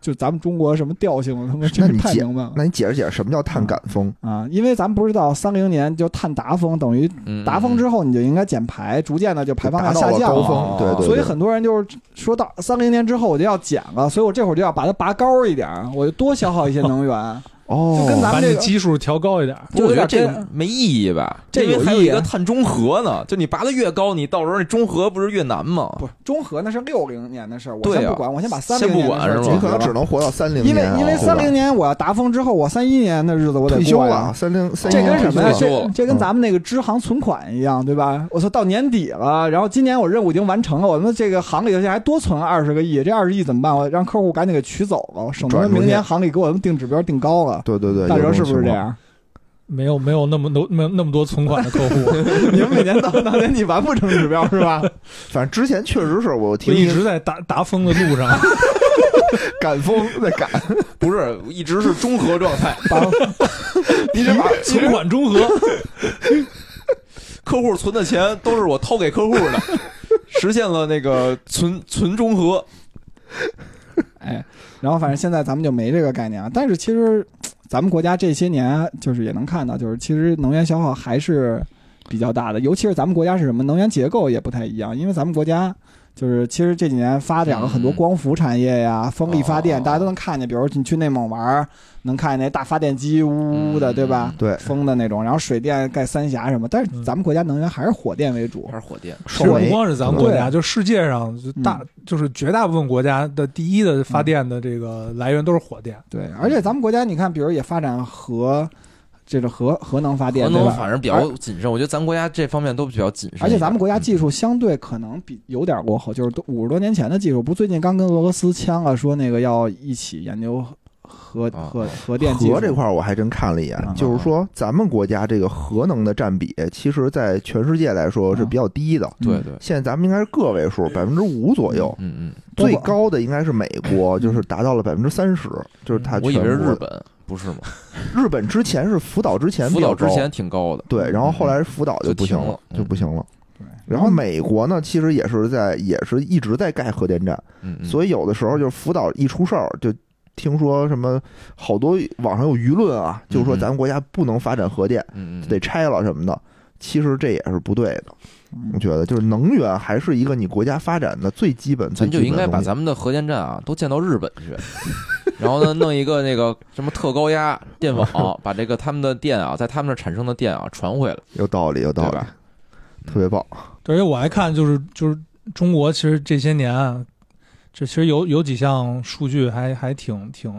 就咱们中国什么调性，他妈真
那
是
你
太
解
明白了
那你解释解释什么叫“
嗯
碳感风
啊！因为咱们不知道三零年就碳达峰，等于
嗯
达
嗯
峰之后你就应该减排，逐渐的就”？排放
达
量
到
下
了
降
高
了。啊
峰，对对对。
所以很多人就是说到三零年之后我就要减了，所以我这会儿就要把它拔高一点儿，我就多消耗一些能 源。
哦，
就跟咱
把
们
你
这
的
个
基数调高一点，
不是，嗯我觉得
就
这
有点
个没意义吧？
这
因为
有
还有
意义啊
一个碳中和呢，就你拔得越高，你到时候那中和不是越难吗？
不，中和那是六零年的事儿，我
对啊
先不管，我先把三
先
零
不
年的
管
事儿
是吧
解
你
决
可能
了
只能活到三零
因
年
为
啊，
因为
对吧
三零年我要达峰之后，我三一年的日子我得
退休
过呀
了，。三零三
这
一
跟什么呀？
退休了
这这跟咱们那个支行存款一样，对吧？我操，到年底了，然后今年我任务已经完成了，我们这个行里头现在还多存了二十个亿，这二十亿怎么办？我让客户赶紧给取走了，省得
转出去
明年行里给我们定指标定高了。
对对对，
大
有
哲
种
是不是
情
这
况？
样？
没有没有那么多没有那么多存款的客户，
你们每年到到年底完不成指标是吧？
反正之前确实是我
我
听
一直在达达峰的路上。
赶风在赶，
不是，一直是中和状态，
把
你得把
存款中和，
客户存的钱都是我掏给客户的，实现了那个存存中和。
哎，然后反正现在咱们就没这个概念啊。但是其实咱们国家这些年就是也能看到，就是其实能源消耗还是比较大的，尤其是咱们国家是什么能源结构也不太一样，因为咱们国家就是其实这几年发展了很多
嗯
光伏产业呀、风力发电，
哦
大家都能看见，比如你去内蒙玩儿，能看见那大发电机呜呜的，
嗯
对吧？
对，
风的那种，然后水电盖三峡什么，但是
嗯
咱们国家能源还是火电为主
还，是火电，
其实
煤
不光是咱们国
对
家，
嗯
就世界上就大、就是绝大部分国家的第一的发电的这个来源都是火电。
对，而且咱们国家你看，比如也发展核，这个核核能发电，
核
对
能
吧
反正比
而
较谨慎，我觉得咱们国家这方面都比较谨慎一点。嗯
而且咱们国家
嗯
技术相对可能比有点落后，就是五十多年前的技术，不是最近刚跟俄罗斯签了说那个要一起研究核
啊
核核电技术
核这块儿我还真看了一眼
啊，
就是说咱们国家这个核能的占比，其实在全世界来说是比较低的。
嗯
对对，
现在咱们应该是个位数，百分之五左右，
嗯嗯，
包括
最高的应该是美国，就是达到了百分之三十，就是它
嗯
我以为是
全国
日
的
本，不是吗？
日本之前是福岛之前比
福
较
岛之
高
前挺高的，
嗯
对，然后后来是福岛
就
不行
停
了，
了嗯
就不行了。
对，
然后美国呢，其实也是在也是一直在盖核电站，
嗯，嗯
所以有的时候就是福岛一出事儿，就听说什么好多网上有舆论啊，就是说
嗯嗯
咱们国家不能发展核电，
嗯嗯
得拆了什么的。其实这也是不对的，
嗯
我觉得嗯就是能源还是一个你国家发展的最基本、最
咱
基
就应
本的
该把
东西。
咱们的核电站啊都建到日本去， 然后呢弄一个那个什么特高压电网，把这个他们的电啊，在他们那儿产生的电啊传回来，
有道理，有道
对
理
吧，
特别棒。
对，而且我还看就是就是中国其实这些年啊，这其实有有几项数据还还挺挺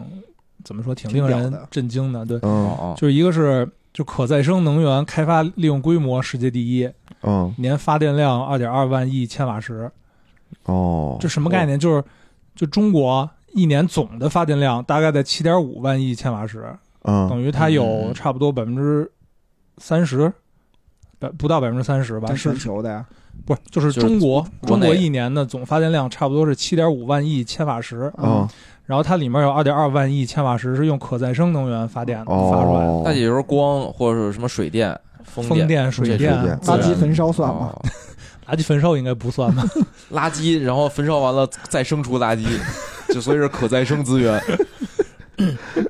怎么说挺令
挺屌
人
的
震惊的。对，
嗯
哦
就是一个是就可再生能源开发利用规模世界第一，
嗯
年发电量二点二万亿千瓦时。
哦，
这什么概念？就是就中国一年总的发电量大概在七点五万亿千瓦时，
嗯
等于它有
嗯
差不多百分之三十，百不到百分之三十吧？
但
是
全球的呀，
不是就是
就是
中国
国
中
内
国一年的总发电量差不多是七点五万亿千瓦时，
嗯
然后它里面有二点二万亿千瓦时是用可再生能源发电发出来的，
哦，
那也就是光或者是什么水电、风
风电、水
这
电
电、
垃圾焚烧算
啊
吗？
哦
垃圾焚烧应该不算吧？
垃圾，然后焚烧完了再生出垃圾，就所以是可再生资源。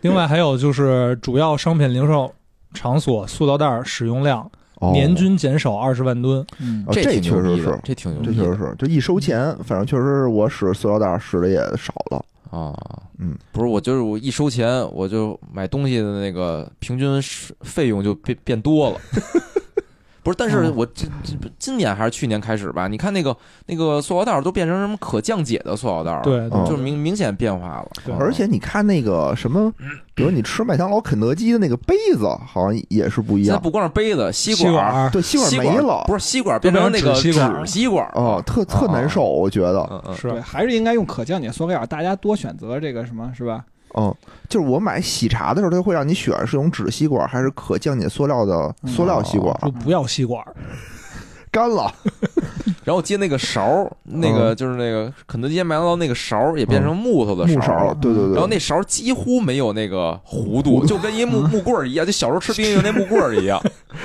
另外还有就是主要商品零售场所塑料袋儿使用量
哦
年均减少二十万吨。
嗯
哦这
挺
确实
牛逼的
是，
这挺牛
这
逼
确实
的
是，就一收钱，
嗯
反正确实我使塑料袋使的也少了。
啊。
嗯，
不是，我就是我一收钱，我就买东西的那个平均是费用就变变 多了。不是，但是
嗯
我这这今年还是去年开始吧，你看那个那个塑料袋儿都变成什么可降解的塑料袋儿了，
对，
嗯
就是明明显变化了。
对
嗯
而且你看那个什么，比如你吃麦当劳、肯德基的那个杯子，好像也是不一
现在
样。
不光是杯子，吸
吸
管。
管
对，吸管没了，
不是吸管变成那个
都变成纸吸管了
吸管
哦，特特难受，我觉得。
嗯嗯，
是
对，还是应该用可降解塑料，大家多选择这个什么是吧？
嗯，就是我买喜茶的时候，它会让你选是用纸吸管还是可降解塑料
哦
的
嗯
塑料吸管，
就不要吸管儿，
干了。
然后接那个勺儿，那
嗯
个就是那个肯德基麦当劳那个勺儿也变成木头的
木
勺儿
勺，
了。
对对对。
然后那勺儿几乎没有那个弧度，就跟一 木木棍儿一样，就小时候吃冰淇淋那木棍儿一样，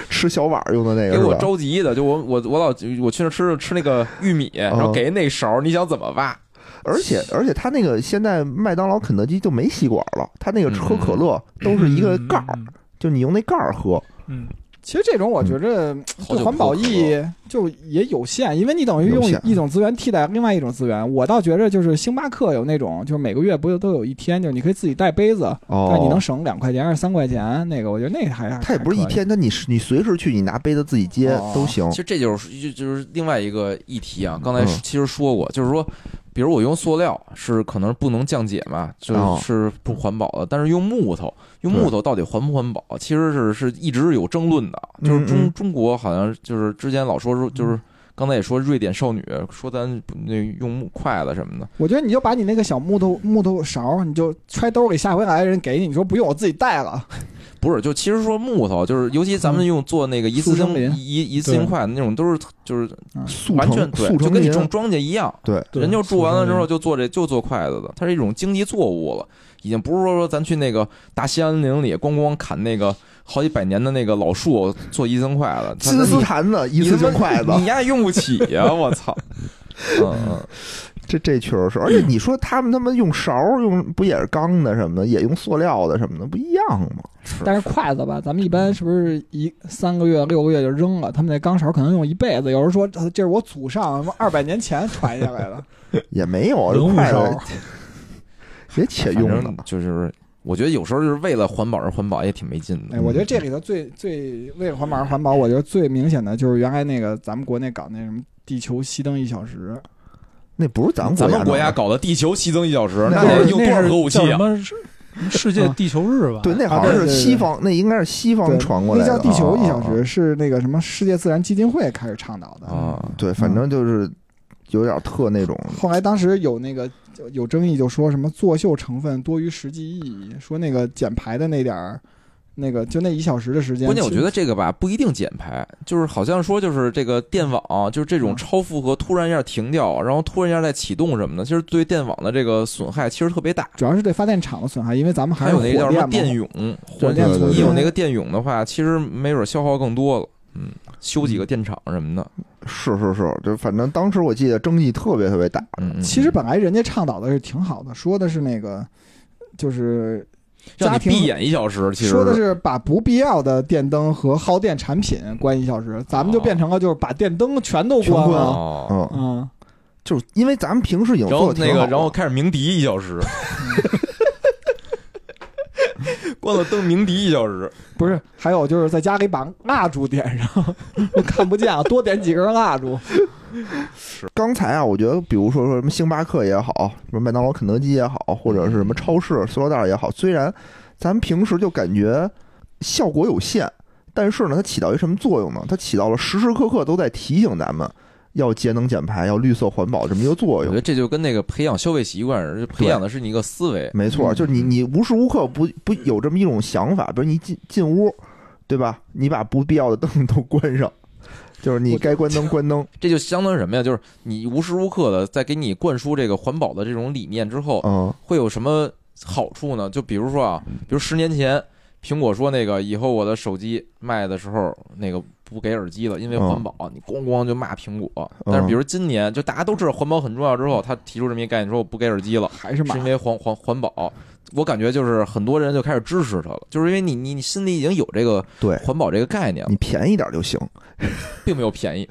吃小碗用的那个
给
是
我
吧？
着急的。就我我我老我去那儿吃吃那个玉米，
嗯
然后给那勺儿，你想怎么挖？
而且而且它那个现在麦当劳、肯德基就没吸管了，它那个喝
嗯
可乐都是一个盖儿，
嗯。
就你用那盖儿喝。
嗯，嗯
其实这种我觉着
好久
对环保意义就也有限，因为你等于
有
用
限
一种资源替代另外一种资源。我倒觉着就是星巴克有那种，就是每个月不都有一天，就是你可以自己带杯子，
哦，
但你能省两块钱还是三块钱，那个我觉得那个还
它也不是一，天，它你是你随时去，你拿杯子自己接
哦
都行
其。实这就是就就是另外一个议题啊。刚才
嗯
其实说过，就是说，比如我用塑料是可能不能降解嘛，就
哦
是不环保的。但是用木头，用
对
木头到底环不环保，其实是是一直有争论
嗯
的。就是中
嗯
中国好像就是之前老说说就是。刚才也说瑞典少女说咱那用木筷子什么的，
我觉得你就把你那个小木头木头勺，你就揣兜里，下回来人给你，你说不用我自己 带了，
不是就其实说木头就是，尤其咱
嗯
们用做那个一次
塑
性
身林
一一次性
对
筷子那种，都是就是
速
完
成
全对，
速
就
成
跟你
林
种庄稼一样，
对
对
人就住完了之后，就做这就做筷子的，它是一种经济作物了，已经不是说说咱去那个大兴安岭里咣咣砍那个好几百年的那个老树做一层筷子，
金
它
丝
你
檀的一次性筷子
你，丫用不起呀、我操！嗯嗯，
这这确实是，而且你说他们他妈用勺儿用不也是钢的什么的，也用塑料的什么的，不一样吗？
是
但是筷子吧，咱们一般是不是一三个月、六个月就扔了？他们那钢勺可能用一辈子。有人说呃这是我祖上二百年前传下来 的，
也没有，啊
文物
筷
勺
子也且
反
用的
正。就是，我觉得有时候就是为了环保而环保也挺没劲
哎，
的。
我觉得这里头最最为了环保而环保，我觉得最明显的就是原来那个咱们国内搞那什么地球熄灯一小时，
那不是咱们
咱们
国
国
家
家
弄的
搞的地球熄灯一小时，
那
得
是
用多少核武器
那是叫什
啊？
么 世世界地球日吧？
对，那
啊
好
对
像是
对对
西方，那应该是西
对
方传过
那
来的。
叫地球一小
啊啊啊
时，是那个什么世界自然基金会开始倡导的。
哦
啊，
对，反正就是有点特那种。
后来当时有那个有有争议，就说什么作秀成分多于实际意义，说那个减排的那点儿，那个就那一小时的时间。
关键我
其
觉
实
得这个吧不一定减排，就是好像说就是这个电网就是
嗯
这种超负荷突然一下停掉，然后突然一下再启动什么的，其实对电网的这个损害其实特别大。
主要是对发电厂的损害，因为咱们
还
是
有
火
那个叫什么
电
电
嘛，
涌，
火电
就是
从
你有
中
那个电涌的话，其实没准消耗更多了。嗯，修几个电厂什么的，
是是是，就反正当时我记得争议特别特别大。
嗯，嗯
其实本来人家倡导的是挺好的，说的是那个就是
让
家
你
庭
闭眼一小时，其实
说的是把不必要的电灯和耗电产品关一小时，咱们就变成了就是把电灯全都关
全关
了。
哦，
嗯，
嗯，
就是因为咱们平时已经
然
做
后
的
那个然后开始鸣笛一小 时， 关了灯鸣笛一小时，
不是，还有就是在家里把蜡烛点上， 我看不见啊，多点几根蜡烛。
刚才啊，我觉得比如说说什么星巴克也好，什么麦当劳、肯德基也好，或者是
嗯
什么超市塑料袋也好，虽然咱们平时就感觉效果有限，但是呢，它起到一什么作用呢？它起到了时时刻刻都在提醒咱们要节能减排、要绿色环保这么一个作
我觉
用
得。这就跟那个培养消费习惯似的，培养的是你一个思维，
没错，
嗯
就是你你无时无刻不不有这么一种想法，比如你进进屋，对吧？你把不必要的灯 都关上，就是你该关灯关灯。
这就相当于什么呀？就是你无时无刻的在给你灌输这个环保的这种理念之后，
嗯，
会有什么好处呢？就比如说啊，比如十年前苹果说那个以后我的手机卖的时候，那个不给耳机了，因为
嗯
环保，你咣咣就骂苹果。但是比如今年，就大家都知道环保很重要之后，他提出这么一概念，说我不给耳机了，
还是买
是因为环环环保。我感觉就是很多人就开始支持他了，就是因为你你你心里已经有这个
对
环保这个概念了
你，便宜点就行。
并没有便宜。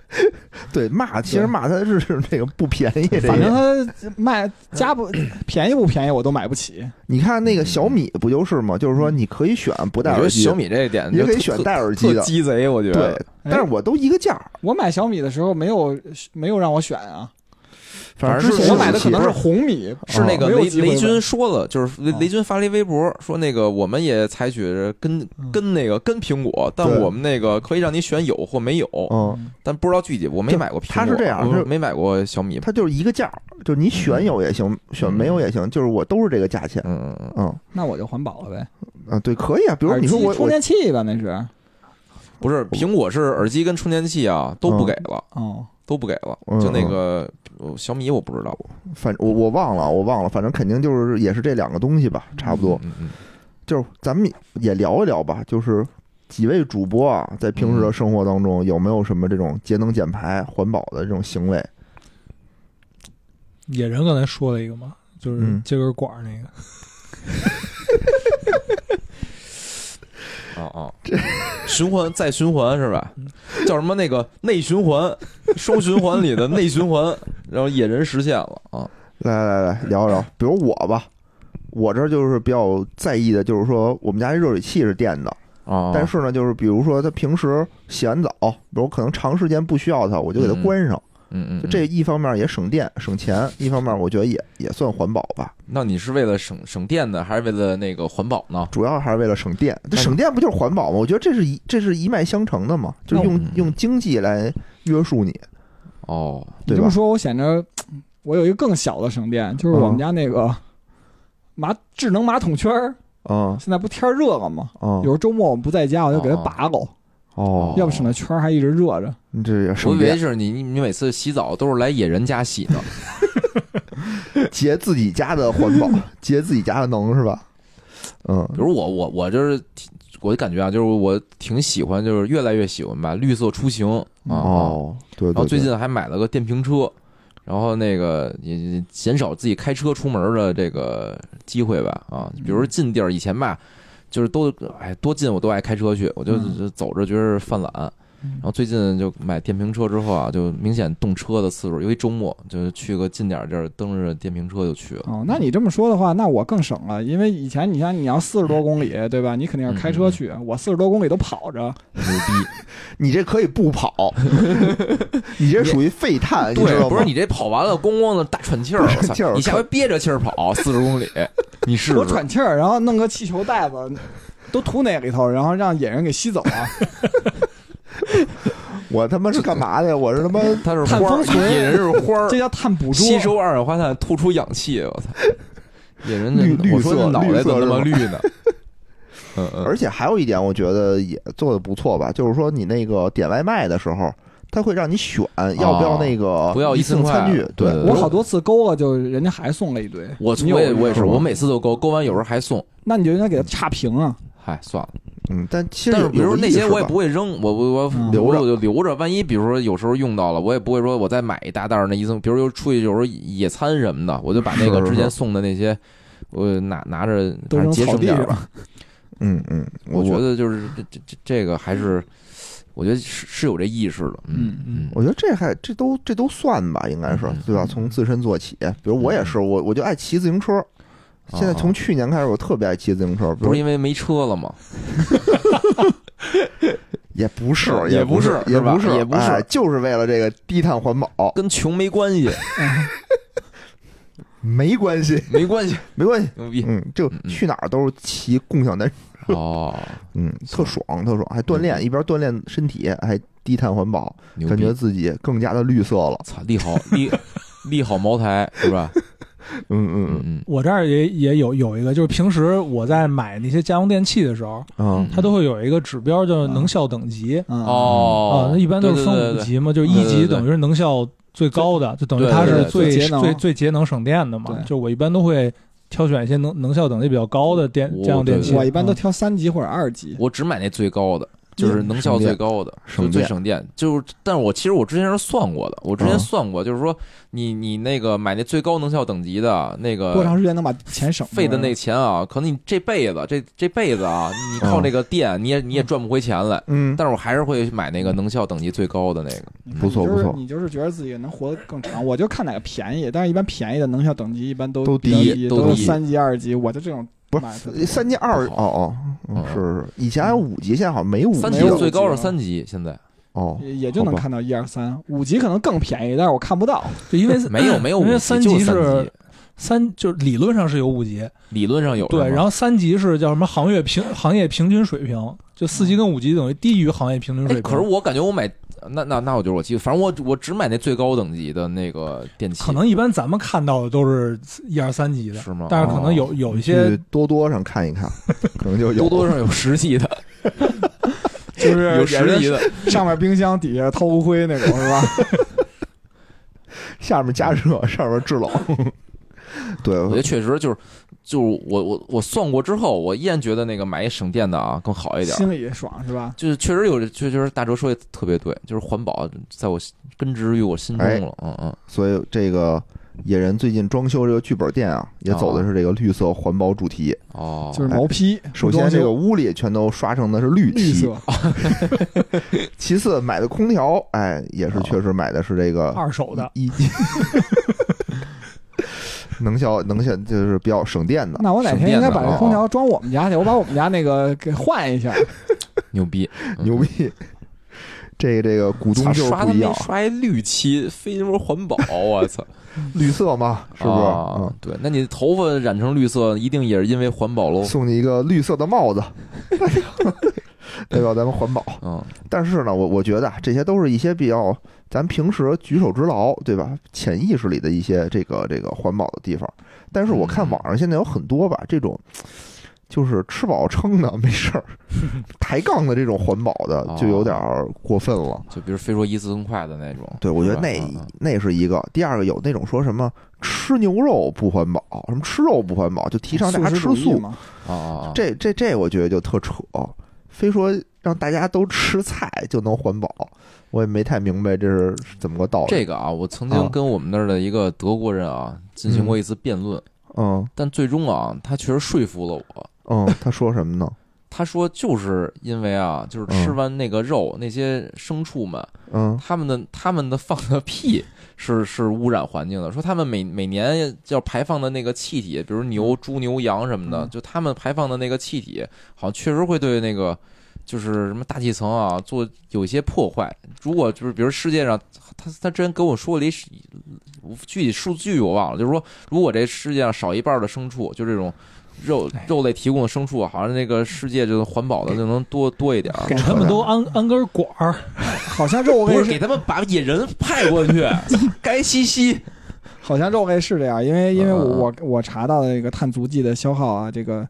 对，骂其实骂他是是那个不便宜这一点，
反正它卖家不便宜不便宜我都买不起，
你看那个小米不就是吗？就是
嗯
说你可以选不
我
戴
觉
耳
得
机，
小米这一点
你也可以
就
选
特
戴耳机
特
的。
鸡贼，我觉
对
得。，
哎
但是我都一个价儿，
我买小米的时候没有没有让我选啊，
反
反
正
正
之
是
前
我买的可能是
有
红米，啊
是那个
没有
雷
机会
雷
买
军说了，嗯就是雷
啊
雷军发了一微博说，那个我们也采取跟
嗯
跟那个跟苹果，但
对
我们那个可以让你选有或没有，
嗯，
但不知道具体，我没
就
买过苹果，
他是这样
我
是
没买过小米，
它就是一个价儿，就你选有也行，选没有也行，就是我都是这个价钱。
嗯，嗯
嗯
那我就环保了呗。
啊，对，可以啊。比如你说
耳
我
机充
我
电器吧，那是
嗯不是苹果是耳机跟充电器啊都不给了，
哦，
都不给了，
嗯
就那个呃小米我不知道，
反我我忘了我忘了，反正肯定就是也是这两个东西吧，差不多。
嗯嗯
就是咱们也聊一聊吧，就是几位主播啊，在平
嗯
时的生活当中有没有什么这种节能减排、环保的这种行为？
野人刚才说了一个嘛，就是
嗯
接根管儿那个，
嗯啊啊，循环再循环是吧？
嗯
叫什么那个内循环、双循环里的内循环，然后野人实现了啊，
来来来聊一聊，比如我吧，我这就是比较在意的，就是说我们家这热水器是电的，
啊，
但是呢，就是比如说它平时洗完澡，比如可能长时间不需要它，我就给它
嗯
关上，
嗯嗯，
就
嗯
这一方面也省电省钱，一方面我觉得也也算环保吧，
那你是为了省省电呢，还是为了那个环保呢？
主要还是为了省电。这
那
省电不就是环保吗？我觉得这是一这是一脉相承的嘛，就是用
嗯
用经济来约束你，
哦，
你
对
这
吧
么？说，我显着我有一个更小的省电，就是
啊
我们家那个马智能马桶圈儿，
嗯
现在不天儿热了吗？
嗯
有时候周末我们不在家，我就给它
啊
哦
拔了，
哦
要不省那圈儿还一直热着。
你这也
我以
省
为
电，
是你，你你每次洗澡都是来野人家 洗的，
节自己家的环 保，节自己家的能是吧？嗯
比，如我我我就是挺，我感觉啊，就是我挺喜欢，就是越来越喜欢吧，绿色出行啊。
哦，对
然后
对，
最
对
近还买了个电瓶车，然后那个也也减少自己开车出门的这个机会吧啊，
嗯
比如说近地儿，以前吧，就是都哎多近我都爱开车去，我就
嗯
就走着觉得犯懒。
嗯
然后最近就买电瓶车之后啊，就明显动车的次数，尤其周末就是去个近点儿地儿，蹬着电瓶车就去了。
哦
那你这么说的话，那我更省了，因为以前你像你要四十多公里，对吧？你肯定是开
嗯
车去，我四十多公里都跑着，
牛逼！
你这可以不跑， 你这属于废碳，哎你知
对，
道
不是
吗
你？这跑完了，咣咣的大喘气儿，我
喘气儿
操！你下回憋着气儿跑四十公里，你试
多
试。
喘气儿，然后弄个气球袋子，都吐那里头，然后让野人给吸走啊！
我他妈是干嘛的呀？我是他妈
它是
碳
花儿，
封存
野人是花儿
这，叫碳捕捉，
吸收二氧化碳，吐出氧气。我操！野人
绿绿
的，我说
色
那脑
绿色
袋怎么那么
是
绿呢？嗯嗯，
而且还有一点，我觉得也做的不错吧，就是说你那个点外卖的时候，它会让你选要不要那个
哦不要
一
一次性
餐
筷
具
子。
对
对
我好多次勾了，就人家还送了一堆。
我
你有
我也我也是，
是吗
我每次都勾，勾完有时候还送。
那你就应该给他差评啊！
嗨，算了。
嗯，但其实
但是
有
比如
有
说
意
那些
识
我也
吧
不会扔，我我我
嗯
留
留
着
着我就留着，万一比如说有时候用到了，我也不会说我再买一大袋儿那一次，比如说出去有时候野餐什么的，我就把那个
是是
之前送的那些，我拿拿着
都
反正
扔
节
草
省
地
点儿
上
吧。
嗯嗯，
我
我
觉得就是这这这这个还是，我觉得是是有这意识的，嗯
嗯
嗯，
我觉得这还这都这都算吧，应该是
嗯
对吧？从自身做起，比如我也是，我我就爱骑自行车。现在从去年开始，我特别爱骑自行车，比
哦不
如
是因为没车了吗？
也不是，
哦也
也
不
不
是
也
是吧
不是，
也不是
哎就是为了这个低碳环 保，
跟穷没关 系，
没关系，
没关系，
没关系。
牛逼
嗯，就
嗯嗯
去哪儿都是骑共享单
哦，
嗯，特爽特爽，还锻炼，一边锻炼身体，还低碳环保，
嗯牛
感
逼
觉！自己更加的绿色了。
操，立好 立立好茅台是吧？
嗯
嗯
嗯
嗯，
我这儿也也有有一个，就是平时我在买那些家用电器的时候，
嗯
嗯啊
它都会有一个指标叫能效等级
嗯，
哦
啊，，那一般都是
对对对
分五
对
级嘛，就是
对
一
对
级
对
等于是能效最高的，就等于
对
它
对
是
对
最
最节能
最最节能省电的嘛
对。
就我一般都会挑选一些能能效等级比较高的电
我
家用电器，
我一般都
嗯
挑三级或者二级。
我只买那最高的，就是能效最高的，
省
就
电
最省电。就是，但是我其实我之前是算过的，我之前
嗯
算过，就是说你你那个买那最高能效等级的那
多
个
长时间能把钱省
费的
出来
那钱啊，可能你这辈子这这辈子啊，你靠
嗯
这个电你也你也赚不回钱来。
嗯，
但是我还是会买那个能效等级最高的那个。
不错
你就
不
是
错
你就是觉得自己能活得更长。我就看哪个便宜，但是一般便宜的能效等级一般都
都
比较
低
低，
都
都
低
是三级、二级。我就这种
不
买的
是三级二
不
哦
好
哦，嗯
嗯
是是，以前还有五级，现在好像没五级
三
没
级
有
了
最高
五
是
级
啊
了
三级，现在
哦，
也也就能
好吧
看到一二三，五级可能更便宜，但是我看 不到。
就因为
没有没有五
因为
级，
三
就
级
三
是
级，
三就是理论上是有五级，
理论上有哎
对，然后三级是叫什么行业平行业平均水平，就四级跟五级等于低于行业平均
哎
水，平。
可是我感觉我买那那那我就是我记得，反正我我只买那最高等级的那个电器，
可能一般咱们看到的都是一二三级的，
是吗？哦
但是可能有有一些
去多多上看一 看，可能就有
多多上有实际的，
就是
有
也
实
是
际的，
上面冰箱底下掏乌灰那种是吧？
下面加热，上面制冷。
我觉得
对，
确实就是，就是我我我算过之后，我依然觉得那个买一省电的啊更好一点。
心里爽是吧？
就是确实有，确实大哲说的特别对，就是环保在我心根植于我心中
哎
了，嗯嗯，
所以这个野人最近装修这个剧本店啊，也走的是这个绿色环保主题。
哦，
就是毛坯，
首先，这个屋啊里全都刷成的是绿漆，
绿色，
其次买的空调，哎，也是
哦
确实买的是这个
二手的，
一， 能效能效就是比较省电的。啊
那我哪
省
天
电
应该
的
把
哦
这空调装我们家去，我把我们家那个给换一下。
牛逼，嗯
牛！逼。这个这个股东
操
就是
刷
不
他
一样
妈，刷一绿漆，非他妈环保，我操，
绿色嘛， 是不是？
啊
嗯，
对，那你头发染成绿色，一定也是因为环保喽。
送你一个绿色的帽子， 代表咱们环保。
嗯，
但是呢，我我觉得啊这些都是一些比较咱平时举手之劳，对吧？潜意识里的一些这个这个环保的地方。但是我看
嗯
网上现在有很多吧，这种就是吃饱撑的没 事儿抬杠的这种环保的，
哦
就有点儿过分了。
就比如非说一次性筷子那种，
对，我觉得
是吧
那
嗯嗯
那是一个。第二个有那种说什么吃牛肉不环保，什么吃肉不环保，就提倡大家吃
素食主义
素。
嘛，
嗯啊啊啊，
这这这，我觉得就特扯，非说让大家都吃菜就能环保，我也没太明白这是怎么个道理。
这个啊，我曾经
啊
跟我们那儿的一个德国人啊进行过一次辩论，
嗯
但最终啊，他确实说服了我。
嗯，他说什么呢？
他说，就是因为啊，就是吃完那个肉，那些牲畜们，
嗯
他们的他们的放的屁是是污染环境的。说他们每每年要排放的那个气体，比如牛、猪、牛、羊什么的，就他们排放的那个气体，好像确实会对那个就是什么大气层啊做有一些破坏。如果就是比如世界上，他他之前跟我说了一具体数据我忘了，就是说如果这世界上少一半的牲畜，就这种。肉
哎
肉类提供的牲畜，好像那个世界就环保的就能多多一点儿。
给他们都安安根管儿，
好像肉
不
类
是给他们把野人派过 去，该吸吸。
好像肉类是这样，因为因为我
嗯嗯嗯
我我查到的那个碳足迹的消耗啊，这个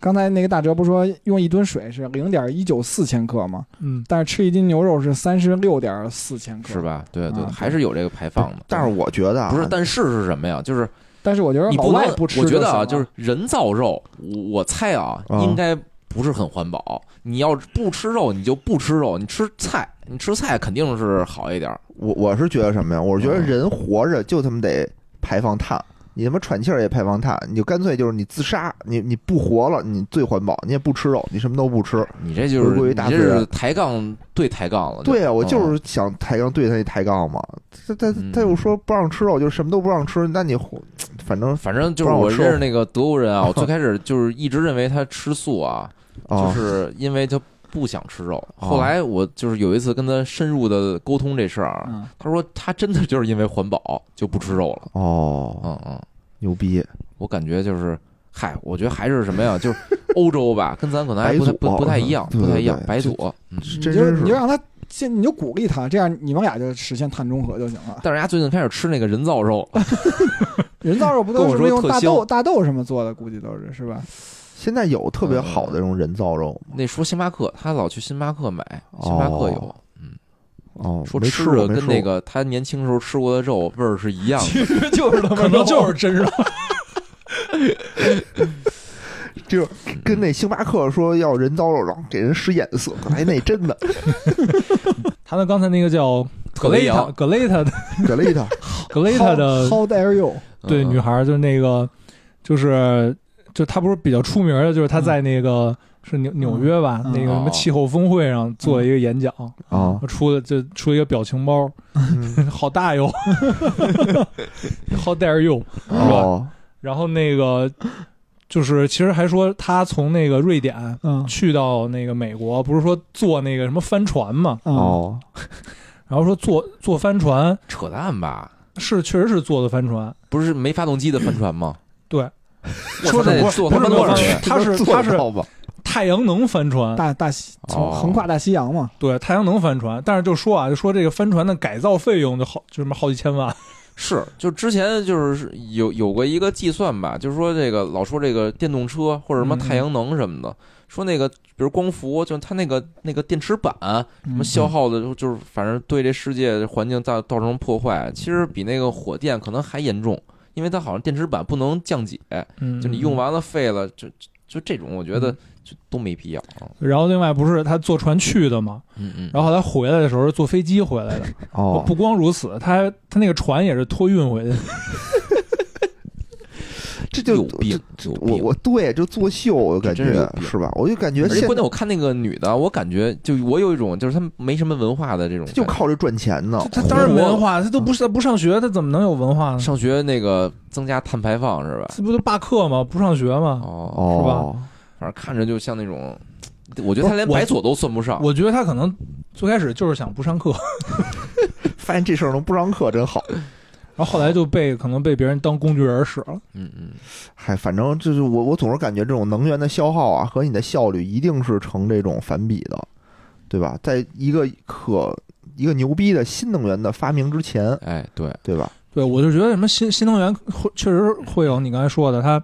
刚才那个大哲不说用一吨水是零点一九四千克吗？
嗯，
但是吃一斤牛肉是三十六点四千克，
是？吧？对对，
啊
还是有这个排 放的。
但是我觉得啊
不是？但是是什么呀？就是
但是我觉得
你
老
能
外，不吃
我
就
觉
行了，
得啊，就是人造肉，我我猜啊，
啊
应该不是很环保。你要是不吃肉，你就不吃肉，你吃菜，你吃菜肯定是好一点儿。
我我是觉得什么呀？我是觉得
嗯
人活着就他妈得排放碳，你他妈喘气儿也排放碳，你就干脆就是你自杀，你你不活了，你最环保，你也不吃肉，你什么都不吃。
你这就是
回归
你
于大
这
自然
是抬杠对抬杠了。
对啊，我就
嗯
是想抬杠对他那抬杠嘛，他他
嗯
他又说不让吃肉，就什么都不让吃，那你反正
反正就是
不让我
我
说
认识那个德国人啊，我最开始就是一直认为他吃素啊，
啊
就是因为他不想吃肉。
哦
后来我就是有一次跟他深入的沟通这事儿啊，
嗯
他说他真的就是因为环保就不吃肉了。
哦，
嗯嗯，
牛逼，
我感觉就是，嗨，我觉得还是什么呀，就是欧洲 吧，跟咱可能还
白
不太
左啊
不不太一样，
对
不太一样
对，
白左。嗯，
这
你
真
就
真
你就是让他先，你就鼓励他，这样你们俩就实现碳中和就行了。
但是人家最近开始吃那个人造肉 了，
人造肉不
跟
都
我
是
说
用
特
大
香
豆大豆什么做的？估计都是是吧？
现在有特别好的这种人造肉吗？
那说星巴克，他老去星巴克买，星巴克有
哦。哦，
说
没
吃
吃
着
过
跟那个他年轻时候吃过的肉味儿是一样的，
实就是他
可能就是真肉，
跟那星巴克说要人造肉，然后给人使眼色， 哎，那真的
他们刚才那个叫
嗯特
格
雷
雷
羊
塔格雷塔的
给了一他，
格雷塔的
How how dare you？
对女
孩
孩儿，就是那个，就是就她不是比较出名儿的，就是她在那个是纽纽约吧，
嗯
那个什么
哦
气候峰会上做了一个演讲，
啊，
出了就出了一个表情包，
嗯
好大哟 ，How dare you！
哦，
然后那个就是其实还说她从那个瑞典。
嗯
去到那个美国，不是说坐那个什么帆船嘛？
嗯
哦，
然后说坐坐帆船
扯淡吧？
是确实是坐的帆船，
不是没发动机的帆船吗？
对，
说
什么
坐
不
他
是
妈
没
多
有
少
帆
人
船？它是它是
好吧？
太阳能帆船，
大大西从
哦
横跨大西洋嘛，
对，太阳能帆船，但是就说啊，就说这个帆船的改造费用就好，就什么好几千万，
是，就之前就是有有过一个计算吧，就是说这个老说这个电动车或者什么
嗯
太阳能什么的，说那个比如光伏，就它那个那个电池板
嗯
什么消耗的，就是反正对这世界环境造造成破坏，其实比那个火电可能还严重，因为它好像电池板不能降解，
嗯
就你用。完了废了，就就就这种，我觉得
嗯
就都没必要啊。
然后另外不是他坐船去的嘛，
嗯嗯，
然后他回来的时候是坐飞机回来的。
哦，
不光如此，他他那个船也是托运回去的。
这就
有病，有
我
病。
我对就作秀，我
这
感
真是有
觉
病
是吧？我就感觉
而且
现
关键
在
我看那个女的，我感觉就我有一种就是她没什么文化的这种感觉，
就靠这赚钱
哦
呢。哦
他当然没文化，他都
嗯
不是他不上学，他怎么能有文化呢？
上学那个增加碳排放是吧？
这不就罢课吗？不上学吗？
哦，
哦，
反正看着就像那种，我觉得他连
不是我
白左都算不上。
我觉得他可能最开始就是想不上课，
发现这事儿能不上课真好。
然后后来就被可能被别人当工具人使了。
嗯嗯，
嗨，反正就是我，我总是感觉这种能源的消耗啊，和你的效率一定是成这种反比的，对吧？在一个可一个牛逼的新能源的发明之前，
哎，对，
对吧？
对，我就觉得什么新新能源会确实会有你刚才说的，它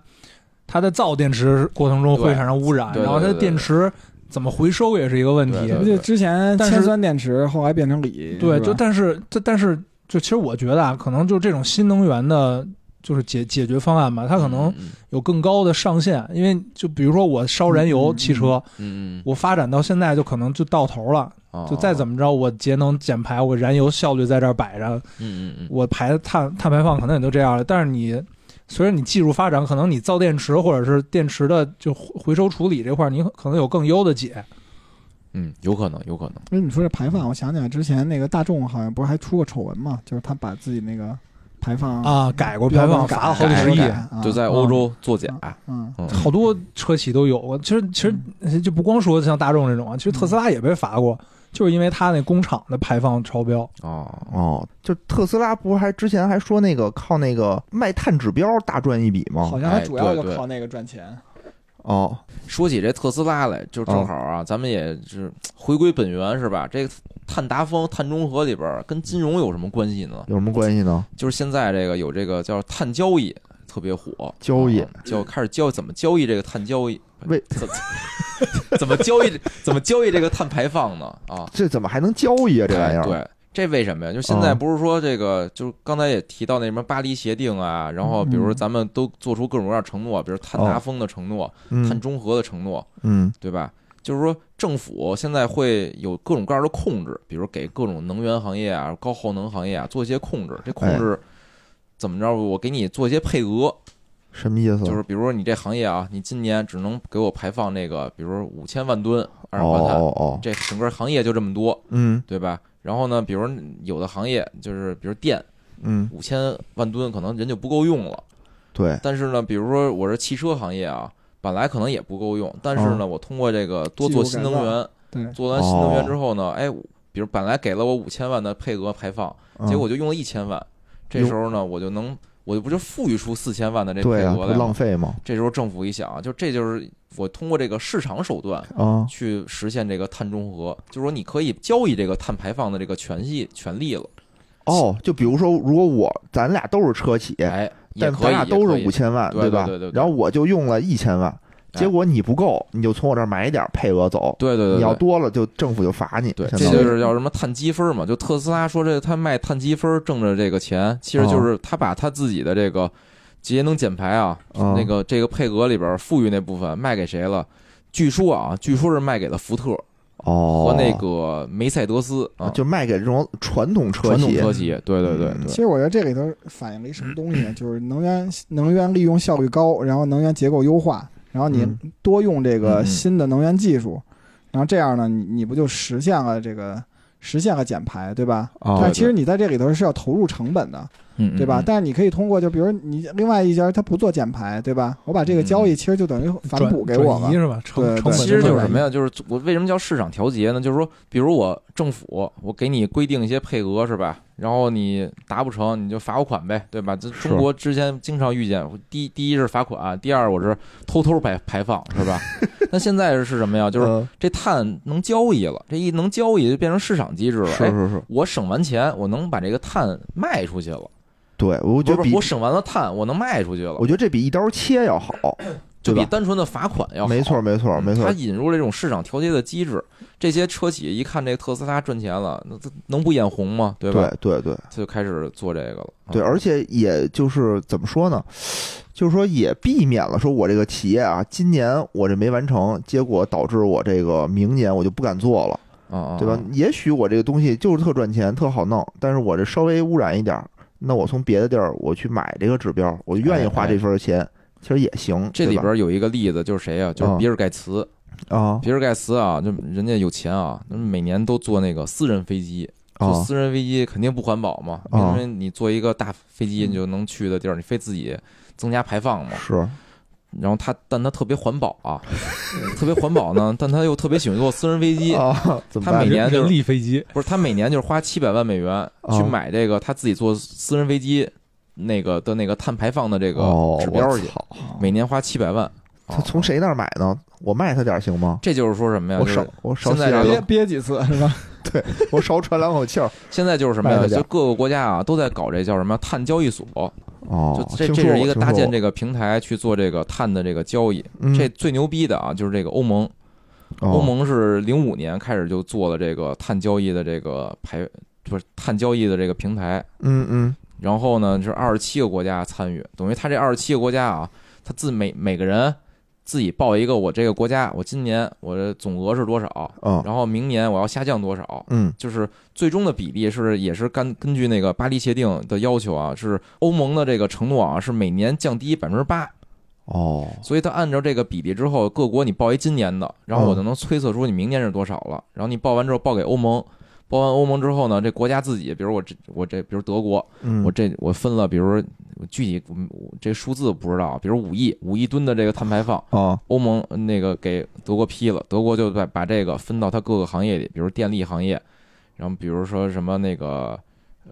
它在造电池过程中会
对
产生污染，
对对
然后它的
对对
电池怎么回收也是一个问题
对。
不就之前
但是
铅酸电池，后来变成锂，
对，
是吧
就但是这但是就其实我觉得啊，可能就这种新能源的就是解解决方案吧，它可能
嗯
有更高的上限，因为就比如说我烧燃油
嗯
汽车，
嗯，嗯
我发展到现在就可能就到头了，
哦
就再怎么着我节能减排，我燃油效率在这儿摆着，
嗯嗯嗯
我排碳碳排放可能也就这样了。但是你随着你技术发展，可能你造电池或者是电池的就回回收处理这块儿，你可能有更优的解。
嗯，有可能，有可能，
因为你说这排放，我想起来之前那个大众好像不是还出过丑闻嘛，就是他把自己那个排放
啊，改过
标
排
准
放，
改
罚了好几
改
十亿
改，啊
就在欧洲作假。
啊
嗯
嗯
好多车企都有过。其实其实就不光说像大众这种啊，其实特斯拉也被罚过，就是因为它那工厂的排放超标。
哦，
哦，就特斯拉不是还之前还说那个靠那个卖碳指标大赚一笔吗
好？像他
哎
主要
对
就
对
靠那个赚钱。
哦，
说起这特斯拉来，就正好啊，咱们也是回归本源是吧？这个碳达峰、碳中和里边儿跟金融有什么关系呢？
有什么关系呢？
就是现在这个有这个叫碳交易，特别火，
交易
啊就开始交易怎么交易这个碳交易，
为
怎 怎么交易怎么交易这个碳排放呢？啊，
这怎么还能交易啊？这玩意儿，嗯
哎对，这为什么呀？就现在不是说这个，就是刚才也提到那什么巴黎协定啊，然后比
嗯
如说咱们都做出各种各样的承诺，比如碳达峰的承诺、碳
哦嗯
中和的承诺，
嗯
对吧？就是说，政府现在会有各种各样的控制，比如给各种能源行业啊、高耗能行业啊做一些控制。这控制怎么着？我给你做一些配额，
什么意思？
就是比如说你这行业啊，你今年只能给我排放那个，比如说五千万吨
哦
二氧化碳，
哦哦，
这整个行业就这么多。
嗯
对吧？然后呢，比如有的行业就是，比如电
嗯，
五千万吨，可能人就不够用了。
对，
但是呢，比如说我是汽车行业啊，本来可能也不够用，但是呢，我通过这个多做新能源，
对，
做完新能
哦
源之后呢，哎，比如本来给了我五千万的配额排放，
嗯
结果我就用了一千万，这时候呢，我就能，我就不就富裕出四千万的这
对
配
啊，
额
不
来
浪
了。
费吗？
这时候政府一想，啊就这就是我通过这个市场手段，
啊，
去实现这个碳中和，就是说你可以交易这个碳排放的这个权益权利了，
哦，就比如说，如果我咱俩都是车企，
哎，也
但
可
咱
以，
俩
也
都
可
是
以
五，千万，
对
吧
对对对？对
然后我就用了一千万，
哎
结果你不够，你就从我这儿买点配额走。
对对对，
你要
对
多了，就政府就罚你。
对，
相
这
当于
就是叫什么碳积分嘛？就特斯拉说这他卖碳积分挣着这个钱，其实
哦
就是他把他自己的这个节能减排啊，
嗯
那个这个配额里边富裕那部分卖给谁了？据说啊，据说是卖给了福特
哦
和那个梅赛德斯啊，
就卖给这种传统车
传统
企，
车企，对对对
嗯
对
其实我觉得这里头反映了一什么东西呢？就是能源能源利用效率高，然后能源结构优化，然后你
嗯
多用这
嗯
个
嗯
新的能源技术，然后这样呢，你你不就实现了这个实现了减排，对吧？
哦
但其实你在这里头是要投入成本的，
嗯，嗯
对吧？
嗯
但是你可以通过，就比如你另外一家他不做减排，对吧？我把这个交易其实就等于反
转
补给我
转移
嗯
了。
是吧？成
对对
成本
其实就是
成
什
本
么呀？就是我为什么叫市场调节呢？就是说，比如我政府我给你规定一些配额是吧？然后你达不成你就罚我款呗，对吧？这
是
中国之前经常遇见，第一第一是罚款、第二我是偷偷排排放是吧？ 那现在是什么呀？就是
嗯
这碳能交易了，这一能交易就变成市场机制了。
是
哎，
是是，
我省完钱，我能把这个碳卖出去了。
对我觉得
不是，
比
我省完了碳，我能卖出去了
我，觉得这比一刀切要 好，
就
对
比
吧
单纯的罚款要好。
没错没错
嗯
没错
它，引入了这种市场调节的机制，这些车企一看这特斯拉赚钱了，那这能不眼红吗？对吧嗯
对？对对
他就开始做这个了。啊
对，而且也就是怎么说呢，就是说也避免了说我这个企业啊，今年我这没完成，结果导致我这个明年我就不敢做了，
啊，
对吧
啊？
也许我这个东西就是特赚钱、特好弄，但是我这稍微污染一点儿，那我从别的地儿我去买这个指标，我愿意花这份钱，其实也行，
哎这
对
里
吧嗯
边有一个例子，就是谁呀、就是比尔盖茨。
啊
比尔盖茨啊，就人家有钱啊，那每年都坐那个私人飞机。就
啊
私人飞机肯定不环保嘛，
啊
因为你坐一个大飞机，你就能去的地儿，你非自己增加排放嘛。
是
然后他，但他特别环保啊，特别环保呢，但他又特别喜欢坐私人飞机。
啊，怎么
他
办
每？年就是
人力飞机，
不是他每年就是花七百万美元去买这个他自己坐私人飞机那个的那个碳排放的这个
哦，
指标
我
去，
操
每年花七百万。啊
他从？谁那儿买呢？我卖他点儿行吗？
这就是说什么呀？
我
啊就是
少我少
现在
吸点
这
憋
儿
个
憋几次是吧？
我少喘两口气儿。
现在就是什么呀？
卖得
就
掉
各个国家啊都在搞这叫什么碳交易所，
哦
就，这
听
这
说过
是一个
听说
搭建
过
这个平台去做这个碳的这个交易。
嗯
这最牛逼的啊，就是这个欧盟，
哦
欧盟是零五年开始就做了这个碳交易的这个排，不是碳交易的这个平台。
嗯嗯
然后呢，就是二十七个国家参与，等于他这二十七个国家啊，他自每每个人自己报一个我这个国家，我今年我的总额是多少，
啊，
然后明年我要下降多少，
嗯
就是最终的比例是也是根根据那个巴黎协定的要求啊，是欧盟的这个承诺啊，是每年降低百分之八，
哦，
所以它按照这个比例之后，各国你报一今年的，然后我就能推测出你明年是多少了。然后你报完之后报给欧盟，报完欧盟之后呢，这国家自己，比如我这我这，比如德国，
嗯，
我这我分了，比如具体我我这数字不知道，比如五亿五亿吨的这个碳排放，
啊
欧盟呃那个给德国批了，德国就把把这个分到它各个行业里，比如电力行业，然后比如说什么那个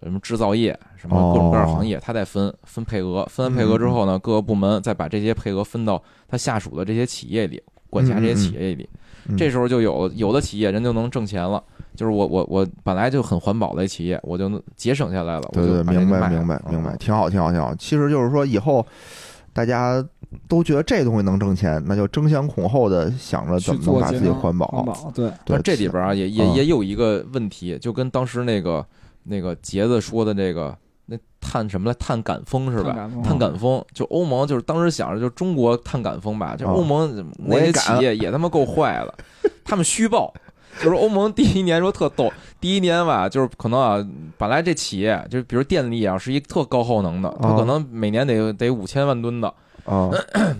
呃什么制造业，什么各种各样的行业，它再分
嗯
分配额，分完配额之后呢，各个部门再把这些配额分到它下属的这些企业里，管辖这些企业里，
嗯嗯
这时候就有有的企业人就能挣钱了。就是我我我本来就很环保的企业，我就能节省下来了。
对对，
我就把这
明
个卖
白
了
明白明白，
嗯
挺好挺好挺好。其实就是说，以后大家都觉得这东西能挣钱，那就争先恐后的想 着怎
去
么能
做
把
节
自己
能
环保。
环保，对，
对，
那这里边啊，也也
嗯
也有一个问题，就跟当时那个那个杰子说的这个那碳什么来碳赶风是
碳
吧？
感风
碳赶风，就欧盟，就是当时想着就中国碳赶风吧，就
嗯
欧盟那
我
些
也
企
敢
业也他妈够坏了，他们虚报，就是欧盟第一年说特逗，第一年吧，就是可能啊，本来这企业就比如电力啊是一特高耗能的，它
嗯
可能每年得得五千万吨的，
啊，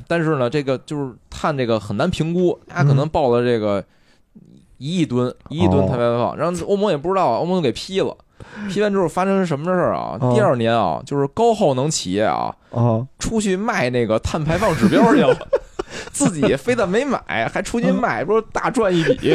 但是呢，这个就是碳这个很难评估，
嗯
它可能报了这个一亿吨，
哦
一亿吨碳排放，然后欧盟也不知道，啊欧盟就给批了。批完之后发生什么事儿啊？
哦
第二年啊，就是高耗能企业啊，
啊
出去卖那个碳排放指标去 了，自己非但没买，还出去卖，不是大赚一 笔。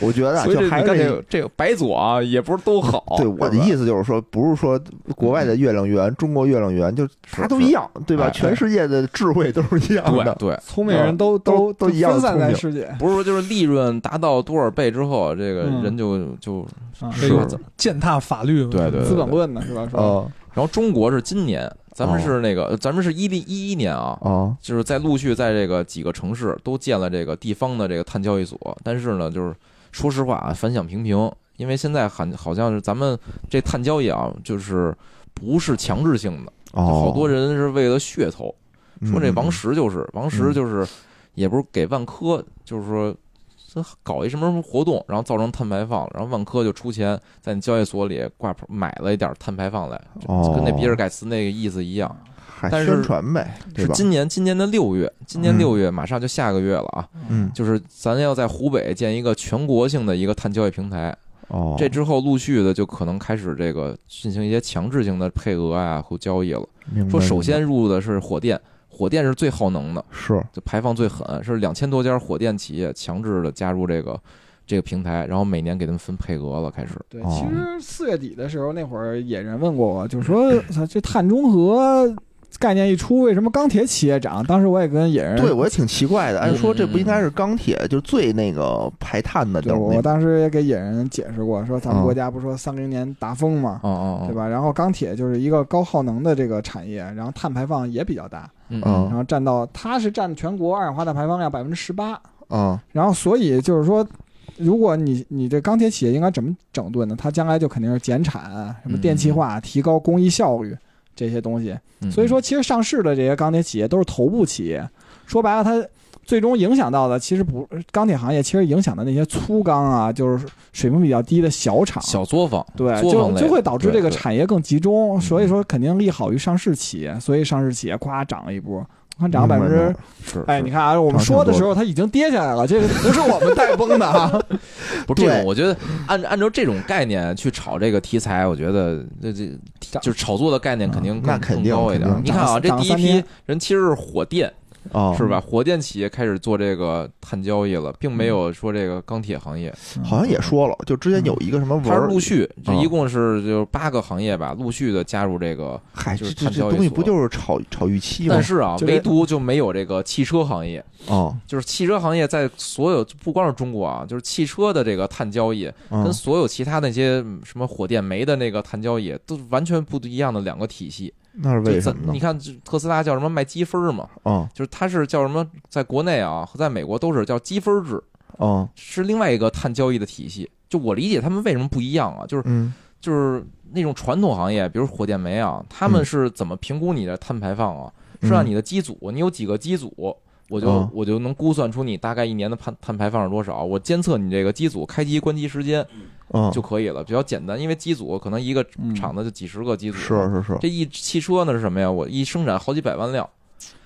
我觉得啊
所以
就
这
还
你
是
看这个这个白左啊，也不是都好。
对我的
是吧
意思就是说，不是说国外的月亮圆，中国月亮圆，就是它都一样，对吧？
哎
全世界的智慧都是一样
对
的。
对，
聪明人都
呃都都
都
一样
分散
聪
在
明
世界，
不是说就是利润达到多少倍之后，这个
嗯
人就就
啊
这个践踏法律嘛，
对对对
资本论呢是吧？说
啊
然后中国是今年，咱们是那个，呃咱们是一零一一年啊，
啊
就是在陆续在这个几个城市都建了这个地方的这个碳交易所，但是呢，就是说实话啊，反响平平，因为现在好好像是咱们这碳交易啊，就是不是强制性的，
哦！
就好多人是为了噱头，说这王石就是王石
嗯
就是，也不是给万科，就是说。这搞一什么什么活动，然后造成碳排放，然后万科就出钱在你交易所里挂牌买了一点碳排放来，
哦，
跟那比尔盖茨那个意思一样。
嗨
但是
宣传呗，对
是
吧？
今年今年的六月，今年六月马上就下个月了啊，
嗯
就是咱要在湖北建一个全国性的一个碳交易平台。
哦，
这之后陆续的就可能开始这个进行一些强制性的配额啊和交易了。
明白
说首
明
先入的是火电，火电是最耗能的，
白是
就排放最狠，是两千多家火电企业强制的加入这个这个平台，然后每年给他们分配额了，开始。
对，
哦
其实四月底的时候，那会儿野人问过我，就是 说操这碳中和概念一出，为什么钢铁企业涨？当时我也跟野人
对，我也挺奇怪的。按哎说这不应该
哎嗯
是钢铁，就是最那个排碳的，
对
就是
我
那个
我当时也给野人解释过，说咱
嗯
们国家不说三零年达峰嘛，
哦哦，
对
哦
吧？然后钢铁就是一个高耗能的这个产业，然后碳排放也比较大，
嗯
嗯
然后占到它是占全国二氧化碳排放量百分之十八，
啊
然后所以就是说。如果你你这钢铁企业应该怎么整顿呢？它将来就肯定是减产、啊什么电气化、提高工艺效率这些东西。
嗯
所以说，其实上市的这些钢铁企业都是头部企业，说白了，它最终影响到的其实不钢铁行业，其实影响的那些粗钢啊，就是水平比较低的小厂，
小作坊，
对，
作坊
就
类
就会导致这
对对
个产业更集中，
嗯
所以说肯定利好于上市企业，所以上市企业咵涨了一波。我看涨了百分
明白明
之
白，
嗯是
哎，
是
你看啊，我们说的时候它已经跌下来 了，这个不是我们带崩的啊，
不是这种，
对
我觉得按按照这种概念去炒这个题材，我觉得这这就是炒作的概念肯定更
那肯定
更高一点
肯。
你
定
看啊，这
涨
第一
三
批
天
人其实是火电，
啊，
是吧？火电企业开始做这个碳交易了，并没有说这个钢铁行业，
好像也说了，就之前有一个什么文
嗯它是
儿
陆，续，这
嗯
一共是就八个行业吧，陆续的加入这个。
嗨，
就
这
是
这
碳交
这
易
东西
所
不就是炒炒预期吗
但？是啊，
就这
唯独就没有这个汽车行业，
啊，
就是汽车行业在所有不光是中国啊，就是汽车的这个碳交易，
嗯
跟所有其他那些嗯什么火电煤的那个碳交易都是完全不一样的两个体系。
那是
就
为
咱
什么
你
呢？
看这特斯拉叫什么卖积分儿嘛，
啊
就是它是叫什么，在国内啊和在美国都是叫积分制，
啊
是另外一个碳交易的体系。就我理解他们为什么不一样啊，就是
嗯
就是那种传统行业，比如火电煤啊，他们
嗯
是怎么评估你的碳排放啊？
嗯
是按你的机组，你有几个机组，我就、
哦
啊
我就能估算出你大概一年的碳碳排放是多少。我监测你这个机组开机关机时间
哦
嗯，
就可以了，比较简单。因为机组可能一个
嗯
厂子就几十个机组，
是是是，
这一汽车呢是什么呀？我一生产好几百万辆，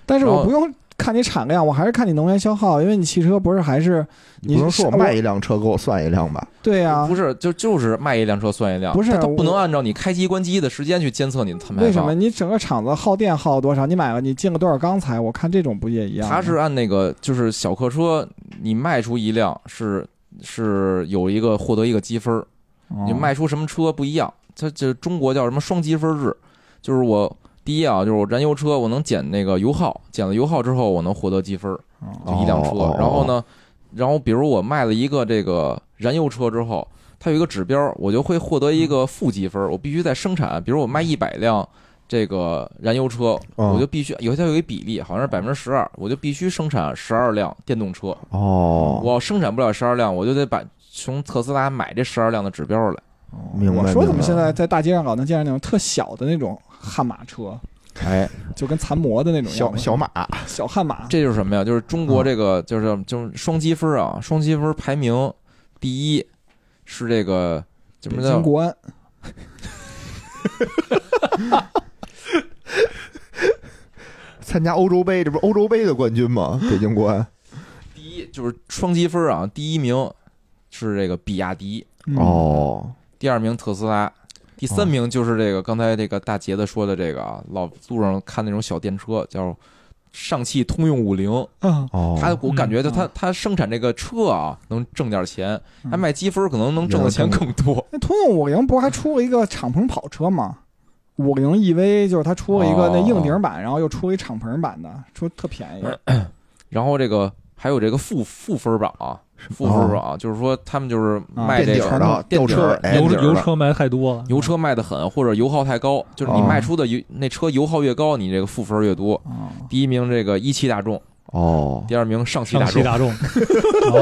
但是
然
我
后
不用看你产量，我还是看你能源消耗，因为你汽车不是还是
你不能说我
是
卖一辆车给我算一辆吧？
对呀、
不是就就是卖一辆车算一辆，
不是
它它不能
我
按照你开机关机的时间去监测你的碳排放。
为什么你整个厂子耗电耗多少？你买了你进了多少钢材？我看这种不也一样吗？
它是按那个就是小客车，你卖出一辆是是有一个获得一个积分儿，
哦
你卖出什么车不一样。它这中国叫什么双积分制，就是我第一啊，就是我燃油车我能减那个油耗，减了油耗之后我能获得积分儿，就一辆车
哦哦。
然后呢，然后比如我卖了一个这个燃油车之后，它有一个指标，我就会获得
嗯
一个负积分儿，我必须在生产，比如我卖一百辆。这个燃油车，
嗯
我就必须有它有一个比例，好像是百分之十二，我就必须生产十二辆电动车。
哦，
我要生产不了十二辆，我就得把从特斯拉买这十二辆的指标来。
明白
我说怎
明
么
白
现在在大街上老能见着那种特小的那种悍马车，
哎，
就跟残模的那种样
小
子
小马，
小悍马，
这就是什么呀？就是
嗯
中国这个就是就是双积分啊，双积分排名第一是这个怎
北
么
京
叫
国安，
参加欧洲杯，这不是欧洲杯的冠军吗？北京国安。
第一就是双积分啊，第一名是这个比亚迪，
嗯，
哦，
第二名特斯拉。第
哦
三名就是这个刚才这个大杰子说的这个啊，老路上看那种小电车叫上汽通用五菱，
嗯
哦，
他我感觉就他
嗯
他生产这个车啊，能挣点钱，
嗯
他卖积分可能能挣的钱更多。
那通用五菱不是还出了一个敞篷跑车吗？五菱 EV 就是它出了一
哦
个那硬顶版，然后又出了一敞篷版的，说特便宜。
然后这个还有这个负负分榜啊，负分榜啊就是说他们就是卖
垫
这
底
个
啊儿的吊
垫底
车
儿，
哎
油
油
底儿
油
的
车卖太多了，
油车卖的狠，或者油耗太高，就是你
哦
卖出的油那车油耗越高，你这个负分越多。
啊，
第一名这个一汽大众，
哦
第二名上汽
上
大
汽
众，
大众， 然后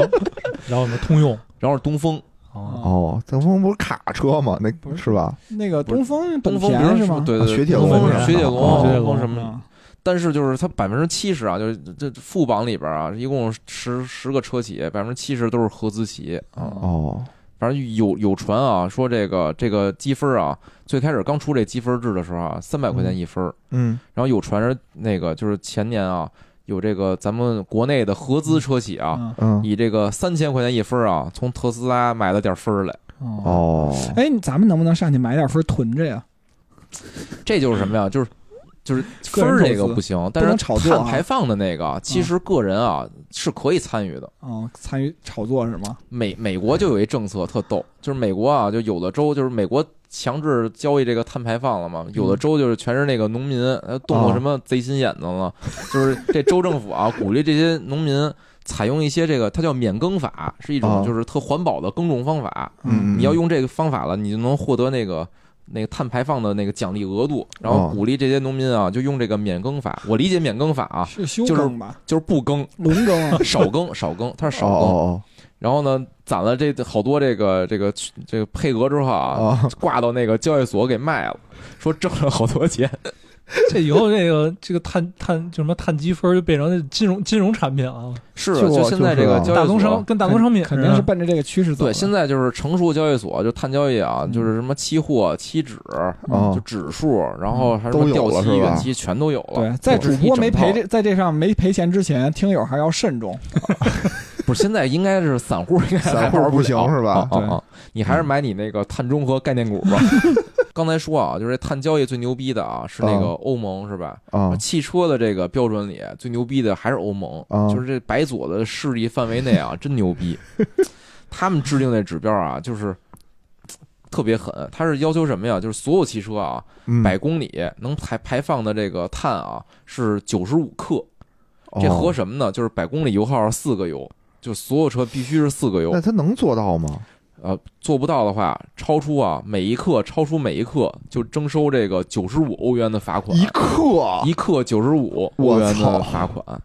然后什么通用
然后是东风，
啊，
哦，赠风不是卡车吗？那
不是
是吧？
那个
不是
东风本
东风比如
田是
说
吗？
对
啊
对，
雪铁
东风
龙
是
是吧
雪铁
哦
龙，
雪铁
东风
龙
什
啊
么
嗯
但是就是它百分之七十啊，就是这这副榜里边啊，一共十十个车企，百分之七十都是合资企业啊。
哦，
反正有有传啊，说这个这个积分啊，最开始刚出这积分制的时候啊，三百块钱一分儿。
嗯，
然后有传是那个就是前年啊，有这个咱们国内的合资车企啊，
嗯，
以这个三千块钱一分儿啊，从特斯拉买了点分儿来。
哦，
哦，
哎，你咱们能不能上去买点分囤着呀？
这就是什么呀？就是就是分儿这个不行，但是
能炒作啊
碳排放的那个啊，其实个人啊是可以参与的。
哦，参与炒作是吗？啊
美美国就有一政策特逗，就是美国啊，就有的州就是美国强制交易这个碳排放了嘛，
嗯
有的州就是全是那个农民，呃，动
啊
过什么贼心眼子了，就是这州政府啊，鼓励这些农民采用一些这个，它叫免耕法，是
啊
一种就是特环保的耕种方法，
嗯，
你要用这个方法了，你就能获得那个。那个碳排放的那个奖励额度，然后
哦
鼓励这些农民啊，就用这个免耕法。我理解免耕法啊，
是休
就是
耕吧，
就是不耕，
轮耕啊
少耕，少耕，它是
哦
少耕。
哦
然后呢，攒了这好多这个这个这个配额之后
哦
啊，
哦，
挂到那个交易所给卖了，说挣了好 多钱。
这以后这个这个碳碳就什么碳积分就变成金融金融产品了，
是
啊就
就现在这个
就是
交易所
大宗商跟大宗商品啊
肯定
似
是
的
奔着这个趋势走的。
嗯
嗯
对，现在就是成熟交易所，就碳交易啊，
嗯
就是什么期货、期指、就
哦，
指数，然后还有什
嗯都
么
有
掉
了
期、
是吧
远期全都有了。
对，在
就是
主播
一整
没
套
赔这，在这上没赔钱之前，听友还要慎重。
不是现在应该是散户，应该
散户
还玩
不行
了
是吧
啊啊
对
啊！你还是买你那个碳中和概念股 吧。刚才说啊，就是这碳交易最牛逼的啊，是那个欧盟是吧？
啊
汽车的这个标准里最牛逼的还是欧盟，
啊
就是这白左的势力范围内 啊，真牛逼。他们制定那指标啊，就是嘖特别狠，他是要求什么呀？就是所有汽车啊，
嗯
百公里能排排放的这个碳啊是九十五克，这合
适。
什么呢？就是百公里油耗是四个油，就所有车必须是四个油
那。他能做到吗？
呃，做不到的话，超出啊每一克超出每一克就征收这个九十五欧元的罚款。
一克，
一克九十五欧
我
元的
操
罚款，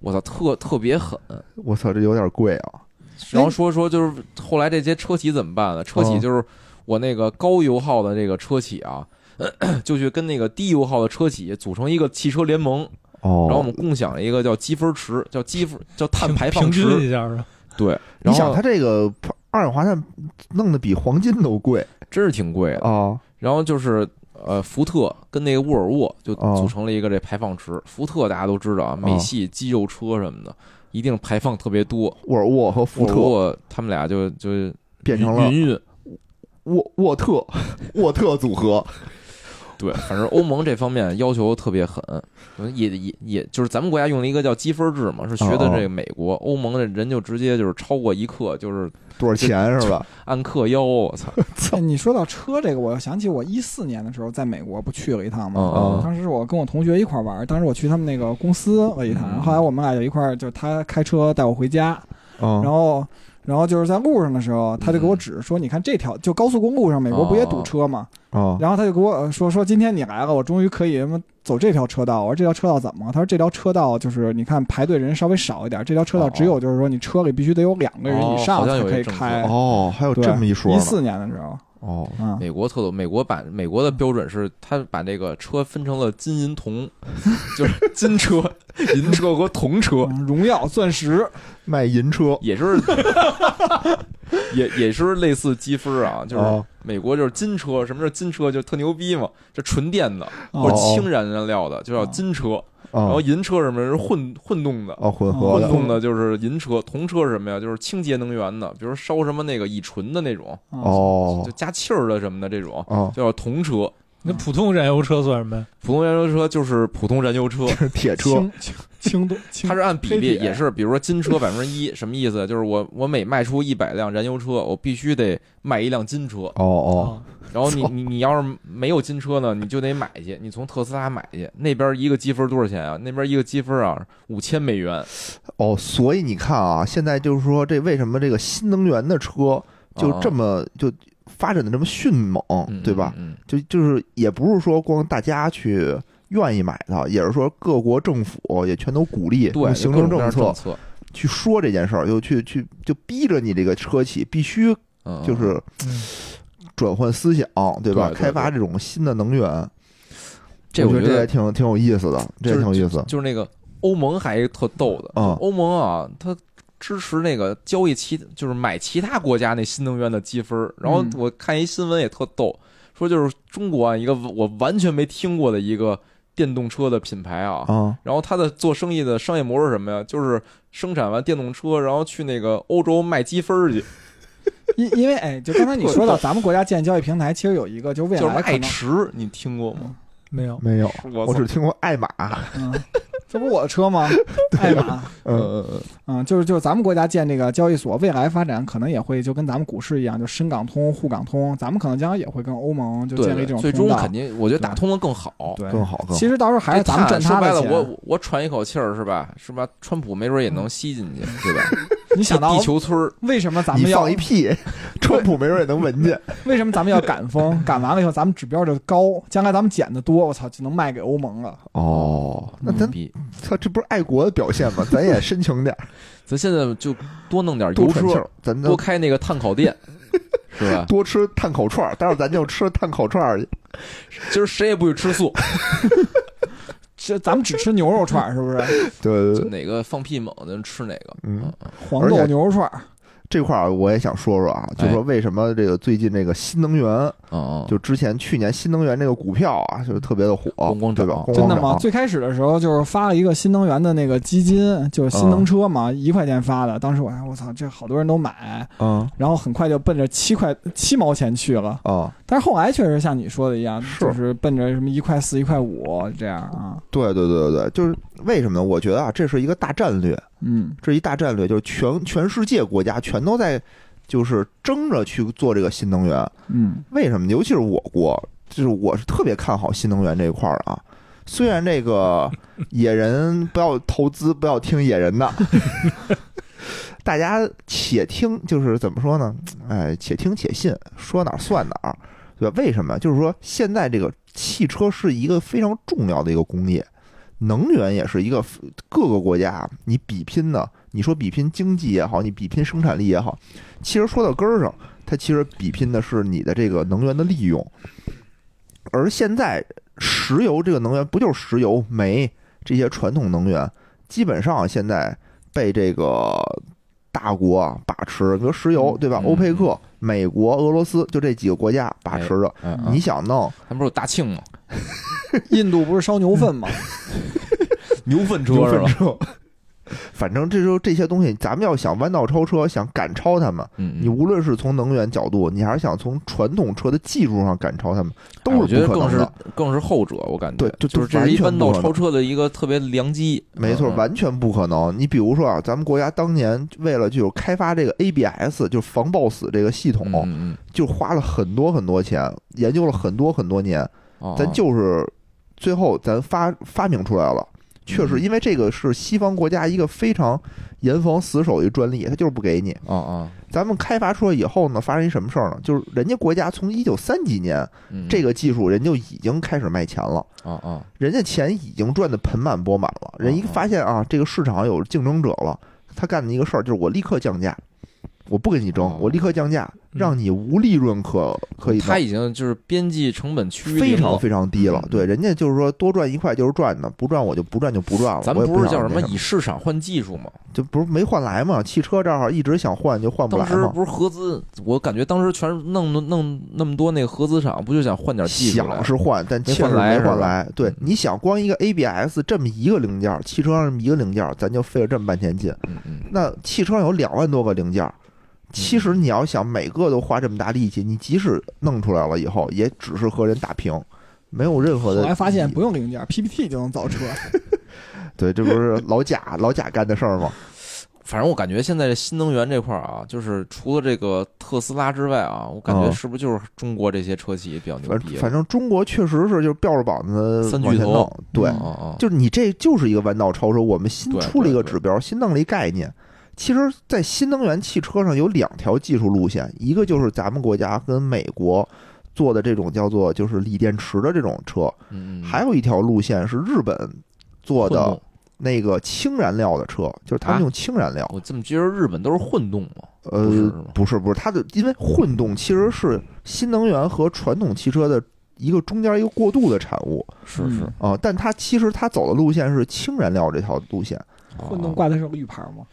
我操，特特别狠。
我操，这有点贵啊！嗯
啊然后说说就是后来这些车企怎么办呢？车企就是我那个高油耗的这个车企啊， 就去跟那个低油耗的车企组成一个汽车联盟，
哦，
然后我们共享一个叫积分池，叫积分叫碳
平
排放嗯
平均
池。
一下是啊吧？
对，
你
然
想
后
它这个二氧化碳弄得比黄金都贵
真是挺贵的。
啊，
然后就是呃，福特跟那个沃尔沃就
哦
组成了一个这排放池。福特大家都知道啊，美系肌肉车什么的，一定排放特别多。
沃尔沃和福
沃尔
特
沃他们俩就就
变成了
云云
沃沃特沃特组合，
对，反正欧盟这方面要求特别狠，也也也就是咱们国家用了一个叫积分制嘛，是学
哦
的这个美国，欧盟的人就直接就是超过一克就是
多少钱是 吧？
按克腰，我操，
哎你说到车这个，我想起我一四年的时候在美国不去了一趟吗？
嗯
当时我跟我同学一块儿玩儿，当时我去他们那个公司了一趟，
嗯
后来我们俩就一块儿，就是他开车带我回家，
嗯，
哦
然后然后就是在路上的时候，他
嗯
就给我指说，你看这条就高速公路上，美国不也堵
哦
车吗？
啊
然后他就给我呃说说今天你来了，我终于可以什么走这条车道。我说这条车道怎么了？他说这条车道就是你看排队人稍微少一点，这条车道只有就是说你车里必须得有两个人以
哦哦好
上
像
才
有
可
一
以
政策
开。
哦，还有
对
这么一说
一
呢
四年的时候，
哦，
嗯，
美国特有美国版美国的标准是，他把这个车分成了金银铜，就是金车、银车和铜车，
嗯荣耀钻石，
卖银车
也是也也是类似积分啊，就是
哦
美国就是金车，什么叫金车？就特牛逼嘛，就纯电的
哦
或者氢燃料的，就叫金车。
啊
然后银车什么是混混动的，
哦混合
混
的
动的就是银车，铜车是什么呀？就是清洁能源的，比如烧什么那个乙醇的那种，
哦
就加气儿的什么的这种，
哦，
就叫铜车。
那普通燃油车算什么呀？
普通燃油车就是普通燃油车，
这是啊 铁车
啊轻轻轻度，轻
它是按比例，
黑铁
也是比如说金车百分之一，什么意思？就是我我每卖出一百辆燃油车，我必须得卖一辆金车。
哦哦，
啊，
然后你你你要是没有金车呢，你就得买去，你从特斯拉买去，那边一个积分多少钱啊？那边一个积分啊五千美元，
哦，所以你看啊，现在就是说，这为什么这个新能源的
啊
车就这
么、
么就发展的这么迅猛，
哦嗯
对吧？？
嗯，
就就是也不是说光大家去愿意买它，也是说各国政府也全都鼓励
嗯对，
用行政
各种各样
政
的
策
政策，
去说这件事儿，就去去就逼着你这个车企必须
嗯，
就是
嗯
转换思想，对吧？
对对
开发这种新的能源，
这
我
我
觉
觉
这
得
也挺挺有意思的，这也挺有意思。
就是那个欧盟还有一个特逗的，
嗯
欧盟啊，它支持那个交易其就是买其他国家那新能源的积分儿。然后
嗯
我看一新闻也特逗，说就是中国啊一个我完全没听过的一个电动车的品牌啊。
啊
然后它的做生意的商业模式是什么呀？就是生产完电动车，然后去那个欧洲卖积分儿去，
因因为哎，就刚才你说到咱们国家建交易平台，其实有一个就未
叫什么
来可
爱
能，
驰，你听过吗？
没有，
没有，
我
我
操
只听过爱玛，
嗯， 这不是我的 车吗？爱玛，
嗯，
呃，
嗯，就是就是咱们国家建这个交易所，未来发展可能也会就跟咱们股市一样，就深港通、沪港通，咱们可能将来也会跟欧盟就
对
建立这种
最
通
终
道。
肯定，我觉得打
对
通了更好。
对，
更好更好。
其实到时候还是咱们
这
赚
碳说
他
白
的
了，
钱。
我 我喘一口气儿是吧？是吧？川普没准也能吸进去，对吧？
你想到
地球村儿，
为什么咱
你
们要
放一 屁，川普没准也能闻见。
为什么咱们要赶风？ 赶完了以后，咱们指标就高，将来咱们减的多，我操，就能卖给欧盟了。
嗯
哦，那咱
逼，
操，这不是爱国的表现 吗？咱也深情点儿，
咱现在就多弄点
多
油
喘气
车，
儿，咱
多
能
开那个碳烤店，是吧？
多吃碳烤串儿，待会儿咱就吃碳烤串儿去。
今儿谁也不许吃素，
这咱们只吃牛肉串儿，是 不是？
对对
就
对，
哪个放屁猛咱吃哪个。
嗯
嗯，
黄豆牛肉串儿，
这块儿我也想说说啊，
哎
就说为什么这个最近这个新能源，
嗯，
就之前去年新能源这个股票啊，就是特别的火，
咣咣
对
涨
吧？咣咣
真的吗？
涨
最开始的时候就是发了一个新能源的那个基金，就是新
嗯
能车嘛，一块钱发的。当时我还我操，这好多人都买，
嗯
然后很快就奔着七块七毛钱去了。
啊，
但是后来确实像你说的一样，
是
就是奔着什么一块四、一块五这样啊。
对对对对对，就是为什么呢？我觉得啊，这是一个大战略，
嗯，
这是一大战略，就是全全世界国家全都在就是争着去做这个新能源。
嗯，
为什么？尤其是我国，就是我是特别看好新能源这一块儿啊。虽然这个野人不要投资，不要听野人的， 大家且听，就是怎么说呢？哎，且听且信，说哪儿算哪儿，对吧？为什么？就是说，现在这个汽车是一个非常重要的一个工业，能源也是一个各个国家啊你比拼的，你说比拼经济也好，你比拼生产力也好，其实说到根儿上，它其实比拼的是你的这个能源的利用。而现在，石油这个能源不就是石油、煤这些传统能源，基本上现在被这个大国啊把持，比如石油
嗯
对吧？
嗯
欧佩克、美国、俄罗斯就这几个国家把持着。
嗯，
你
嗯
想弄
他们不是有大庆吗？
印度不是烧牛粪吗？
嗯
牛粪车
牛
是
粪
吧？
车， 反正这就这些东西，咱们要想弯道超车，想赶超他们，
嗯，
你
嗯
无论是从能源角度，你还是想从传统车的技术上赶超他们，
哎
都
我
是
觉得
不可
更
能
是
的。
更是后者，我感觉
对就
就是这
完
是一
全
弯
不
道
可能
超车的一个特别良机，
没错，
嗯嗯
完全不可能。你比如说啊，咱们国家当年为了就是开发这个 ABS，就是防抱死这个系统，
嗯嗯，
就花了很多很多钱，研究了很多很多年，
哦
咱就是最后咱发发明出来了。确实，
嗯
因为这个是西方国家一个非常严防死守的一专利，它就是不给你。
哦哦，
咱们开发出来以后呢，发生一什么事儿呢？就是人家国家从一九三几年
嗯
这个技术，人就已经开始卖钱了，
哦哦，
人家钱已经赚得盆满钵满了。人一
嗯嗯
发现啊，这个市场有竞争者了，他干的一个事儿就是我立刻降价，我不跟你争
哦，嗯
我立刻降价，让你无利润可可以
他
拿。
已经就是边际成本趋于
非
零
常
了
非常低了，
嗯
对，人家就是说多赚一块就是赚的，不赚我就不赚就不赚了。
咱
我
们
也
不是
想
叫什
那
么
什
以市场换技术吗？
就不是没换来嘛？汽车这儿一直想换就换不
当
来
时
嘛，
不是合资，我感觉当时全是弄弄弄那么多那个合资厂，不就想换点技术来
想？是换，但
没
确实
换
没
来是
换
吧
来。对
嗯，
你想光一个 ABS 这么一个零件儿，汽车上这么一个零件儿，咱就费了这么半天劲。
嗯嗯，
那汽车上有两万多个零件儿，其实你要想每个都花这么大力气，你即使弄出来了以后，也只是和人打平，没有任何
后
的。啊
来发现不，用零件，PPT 就能造车。
对，这不是老贾老贾干的事儿吗？
反正我感觉现在这新能源这块儿啊，就是除了这个特斯拉之外啊，我感觉
嗯
是不是就是中国这些车企比较牛
反
逼了？啊
反正中国确实是就是吊着膀子
三巨
往前
头
弄，对，
哦哦，
就是你这就是一个弯道超车，我们新
对
出了一个
对对
指标，新弄了一概念。其实，在新能源汽车上有两条技术路线，一个就是咱们国家跟美国做的这种叫做就是锂电池的这种车，
嗯嗯，
还有一条路线是日本做
混
的
动。
那个氢燃料的车，就是他
啊
们用氢燃料。
我怎么觉得日本都是混动嘛？
呃
不是吗，
不是不是，它的因为混动其实是新能源和传统汽车的一个中间一个过渡的产物
是
嗯
是，
啊、但它其实它走的路线是氢燃料这条路线。
哦
混动挂的是绿牌吗？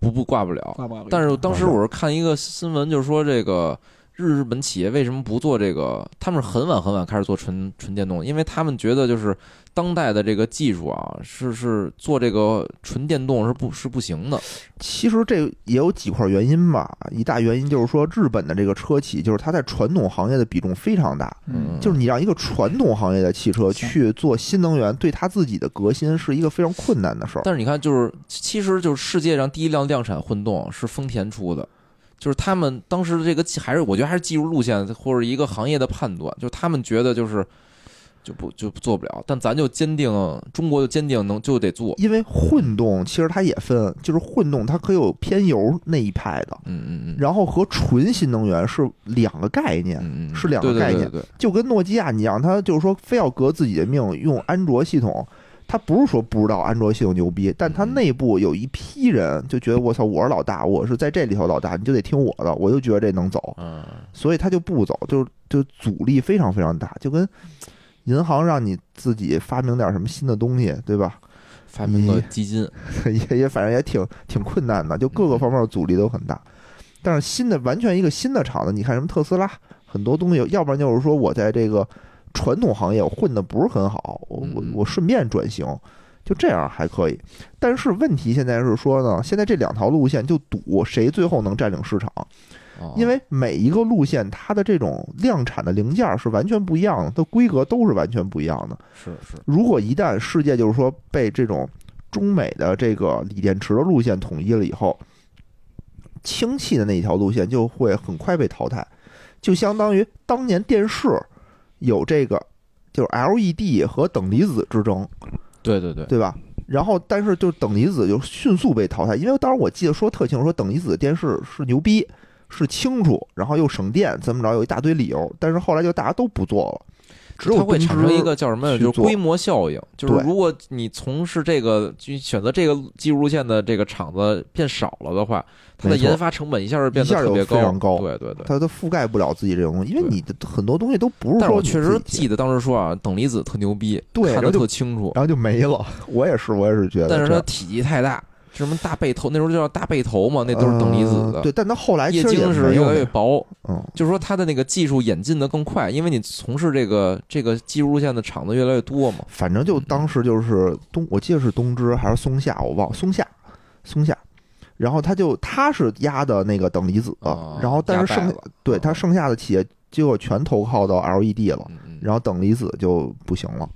不不挂不了，
挂不挂绿牌？
但是当时我是看一个新闻，就是说这个日本企业为什么不做这个？他们是很晚很晚开始做纯纯电动，因为他们觉得就是当代的这个技术啊，是是做这个纯电动是不是不行的。
其实这也有几块原因吧，一大原因就是说日本的这个车企，就是它在传统行业的比重非常大，
嗯，
就是你让一个传统行业的汽车
行
去做新能源，对它自己的革新是一个非常困难的事儿。
但是你看，就是其实就是世界上第一辆量产混动是丰田出的。就是他们当时这个技还是我觉得还是技术路线或者一个行业的判断，就是他们觉得就是就不就做不了，但咱就坚定中国就坚定能就得做，
因为混动其实它也分，就是混动它可以有偏油那一派的，
嗯嗯嗯，
然后和纯新能源是两个概念，
嗯嗯
是两个
对对
概
对
念
对对
就跟诺基亚，你让它就是说非要革自己的命用安卓系统，它不是说不知道安卓系统牛逼，但它
嗯
内部有一批人就觉得我操，我是老大，我是在这里头老大，你就得听我的，我就觉得这能走，
嗯，
所以他就不走，就就阻力非常非常大，就跟银行让你自己发明点什么新的东西，对吧？
发明了
咦
基金，
也也反正也挺挺困难的，就
嗯
各个方面的阻力都很大。但是新的完全一个新的厂子，你看什么特斯拉，很多东西，要不然就是说我在这个传统行业我混的不是很好，我我
嗯
我顺便转型，就这样还可以。但是问题现在是说呢，现在这两条路线就赌谁最后能占领市场，
哦
因为每一个路线它的这种量产的零件儿是完全不一样的，它规格都是完全不一样的。
是是，
如果一旦世界就是说被这种中美的这个锂电池的路线统一了以后，氢气的那一条路线就会很快被淘汰，就相当于当年电视有这个就是 LED 和等离子之争，
对对对，
对吧？然后，但是就等离子就迅速被淘汰，因为当时我记得说特清楚，说等离子电视是牛逼，是清楚，然后又省电，怎么着有一大堆理由，但是后来就大家都不做了。只有
它会
分支
产生一个叫什么呀？
去
就是
做
规模效应。就是
对
如果你从事这个就选择这个技术路线的这个厂子变少了的话，它的
没错
研发成本一下就变
一
得
下
特
就
别
非常高
对对对。
它它覆盖不了自己这种东西，因为
对
你的很多东西都不是
但是
说
我
你
确
自
实
己
记得当时说啊，等离子特牛逼，
对然
看得
后就
特清楚，
然后就没了。我也是，我也是觉得这
但
样，
是它体积太大，什么大背头，那时候就叫大背头嘛，那都是等离子
呃
的。
对，但它后来其
液
实也
晶是
没
越
有
来
那
越
样
薄，
嗯，
就是说它的那个技术演进的更快，因为你从事这个这个技术路线的厂子越来越多嘛。
反正就当时就是东，我记得是东芝还是松下，我忘了松下，松下。然后他就他是压的那个等离子，
哦
然后但是
压败
剩
了
对
嗯
他剩下的企业结果全投靠到 LED 了，
嗯嗯，
然后等离子就不行了，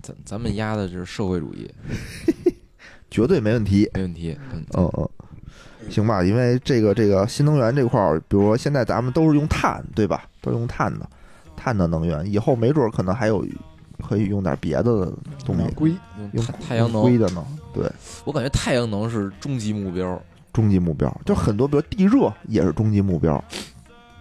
咱咱们压的就是社会主义，
绝对没问题。
没问题。嗯
嗯嗯，行吧，因为这个这个新能源这块儿，比如说现在咱们都是用碳，对吧？都是用碳的，碳的能源，以后没准儿可能还有可以用点别的东西，
硅
用
用
太太阳
用
能
硅，的呢。对，
我感觉太阳能是终极目标。
终极目标就是很多，比如地热也是终极目标，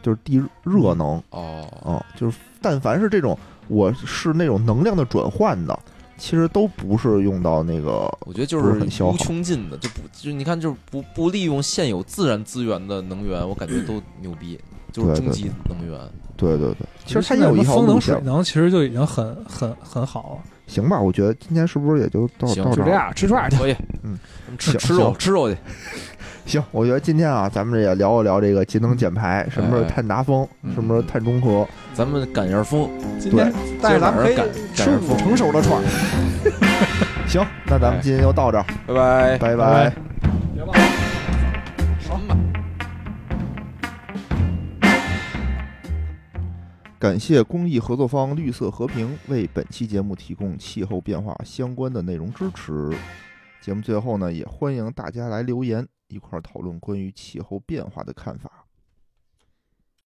就是地热能
哦，
啊、就是但凡是这种我是那种能量的转换的，其实都不是用到那个
我觉得就
不
是
是很消耗
无穷尽的，就不就你看就是不不利用现有自然资源的能源，我感觉都牛 逼，就是
对
终
对
极能源。
对对对，其实它
现在
有一
什么
条
风
路
能、水
线，
能，其实就已经很很很好了。
行吧？我觉得今天是不是也就到
行
到
就
这
这
儿？
样，吃串儿去。
可以，
嗯，
吃
行
吃肉
行
吃肉去。
行，我觉得今天啊，咱们这也聊一聊这个节能减排，什么时候
哎
碳达峰，
嗯
什么时候碳中和。
咱们赶一下风，
今天，但是咱们可以吃五成熟的串儿。
行，那咱们今天就到这儿，
拜拜。
拜
拜
拜
什么？
感谢公益合作方绿色和平为本期节目提供气候变化相关的内容支持。节目最后呢，也欢迎大家来留言，一块儿讨论关于气候变化的看法。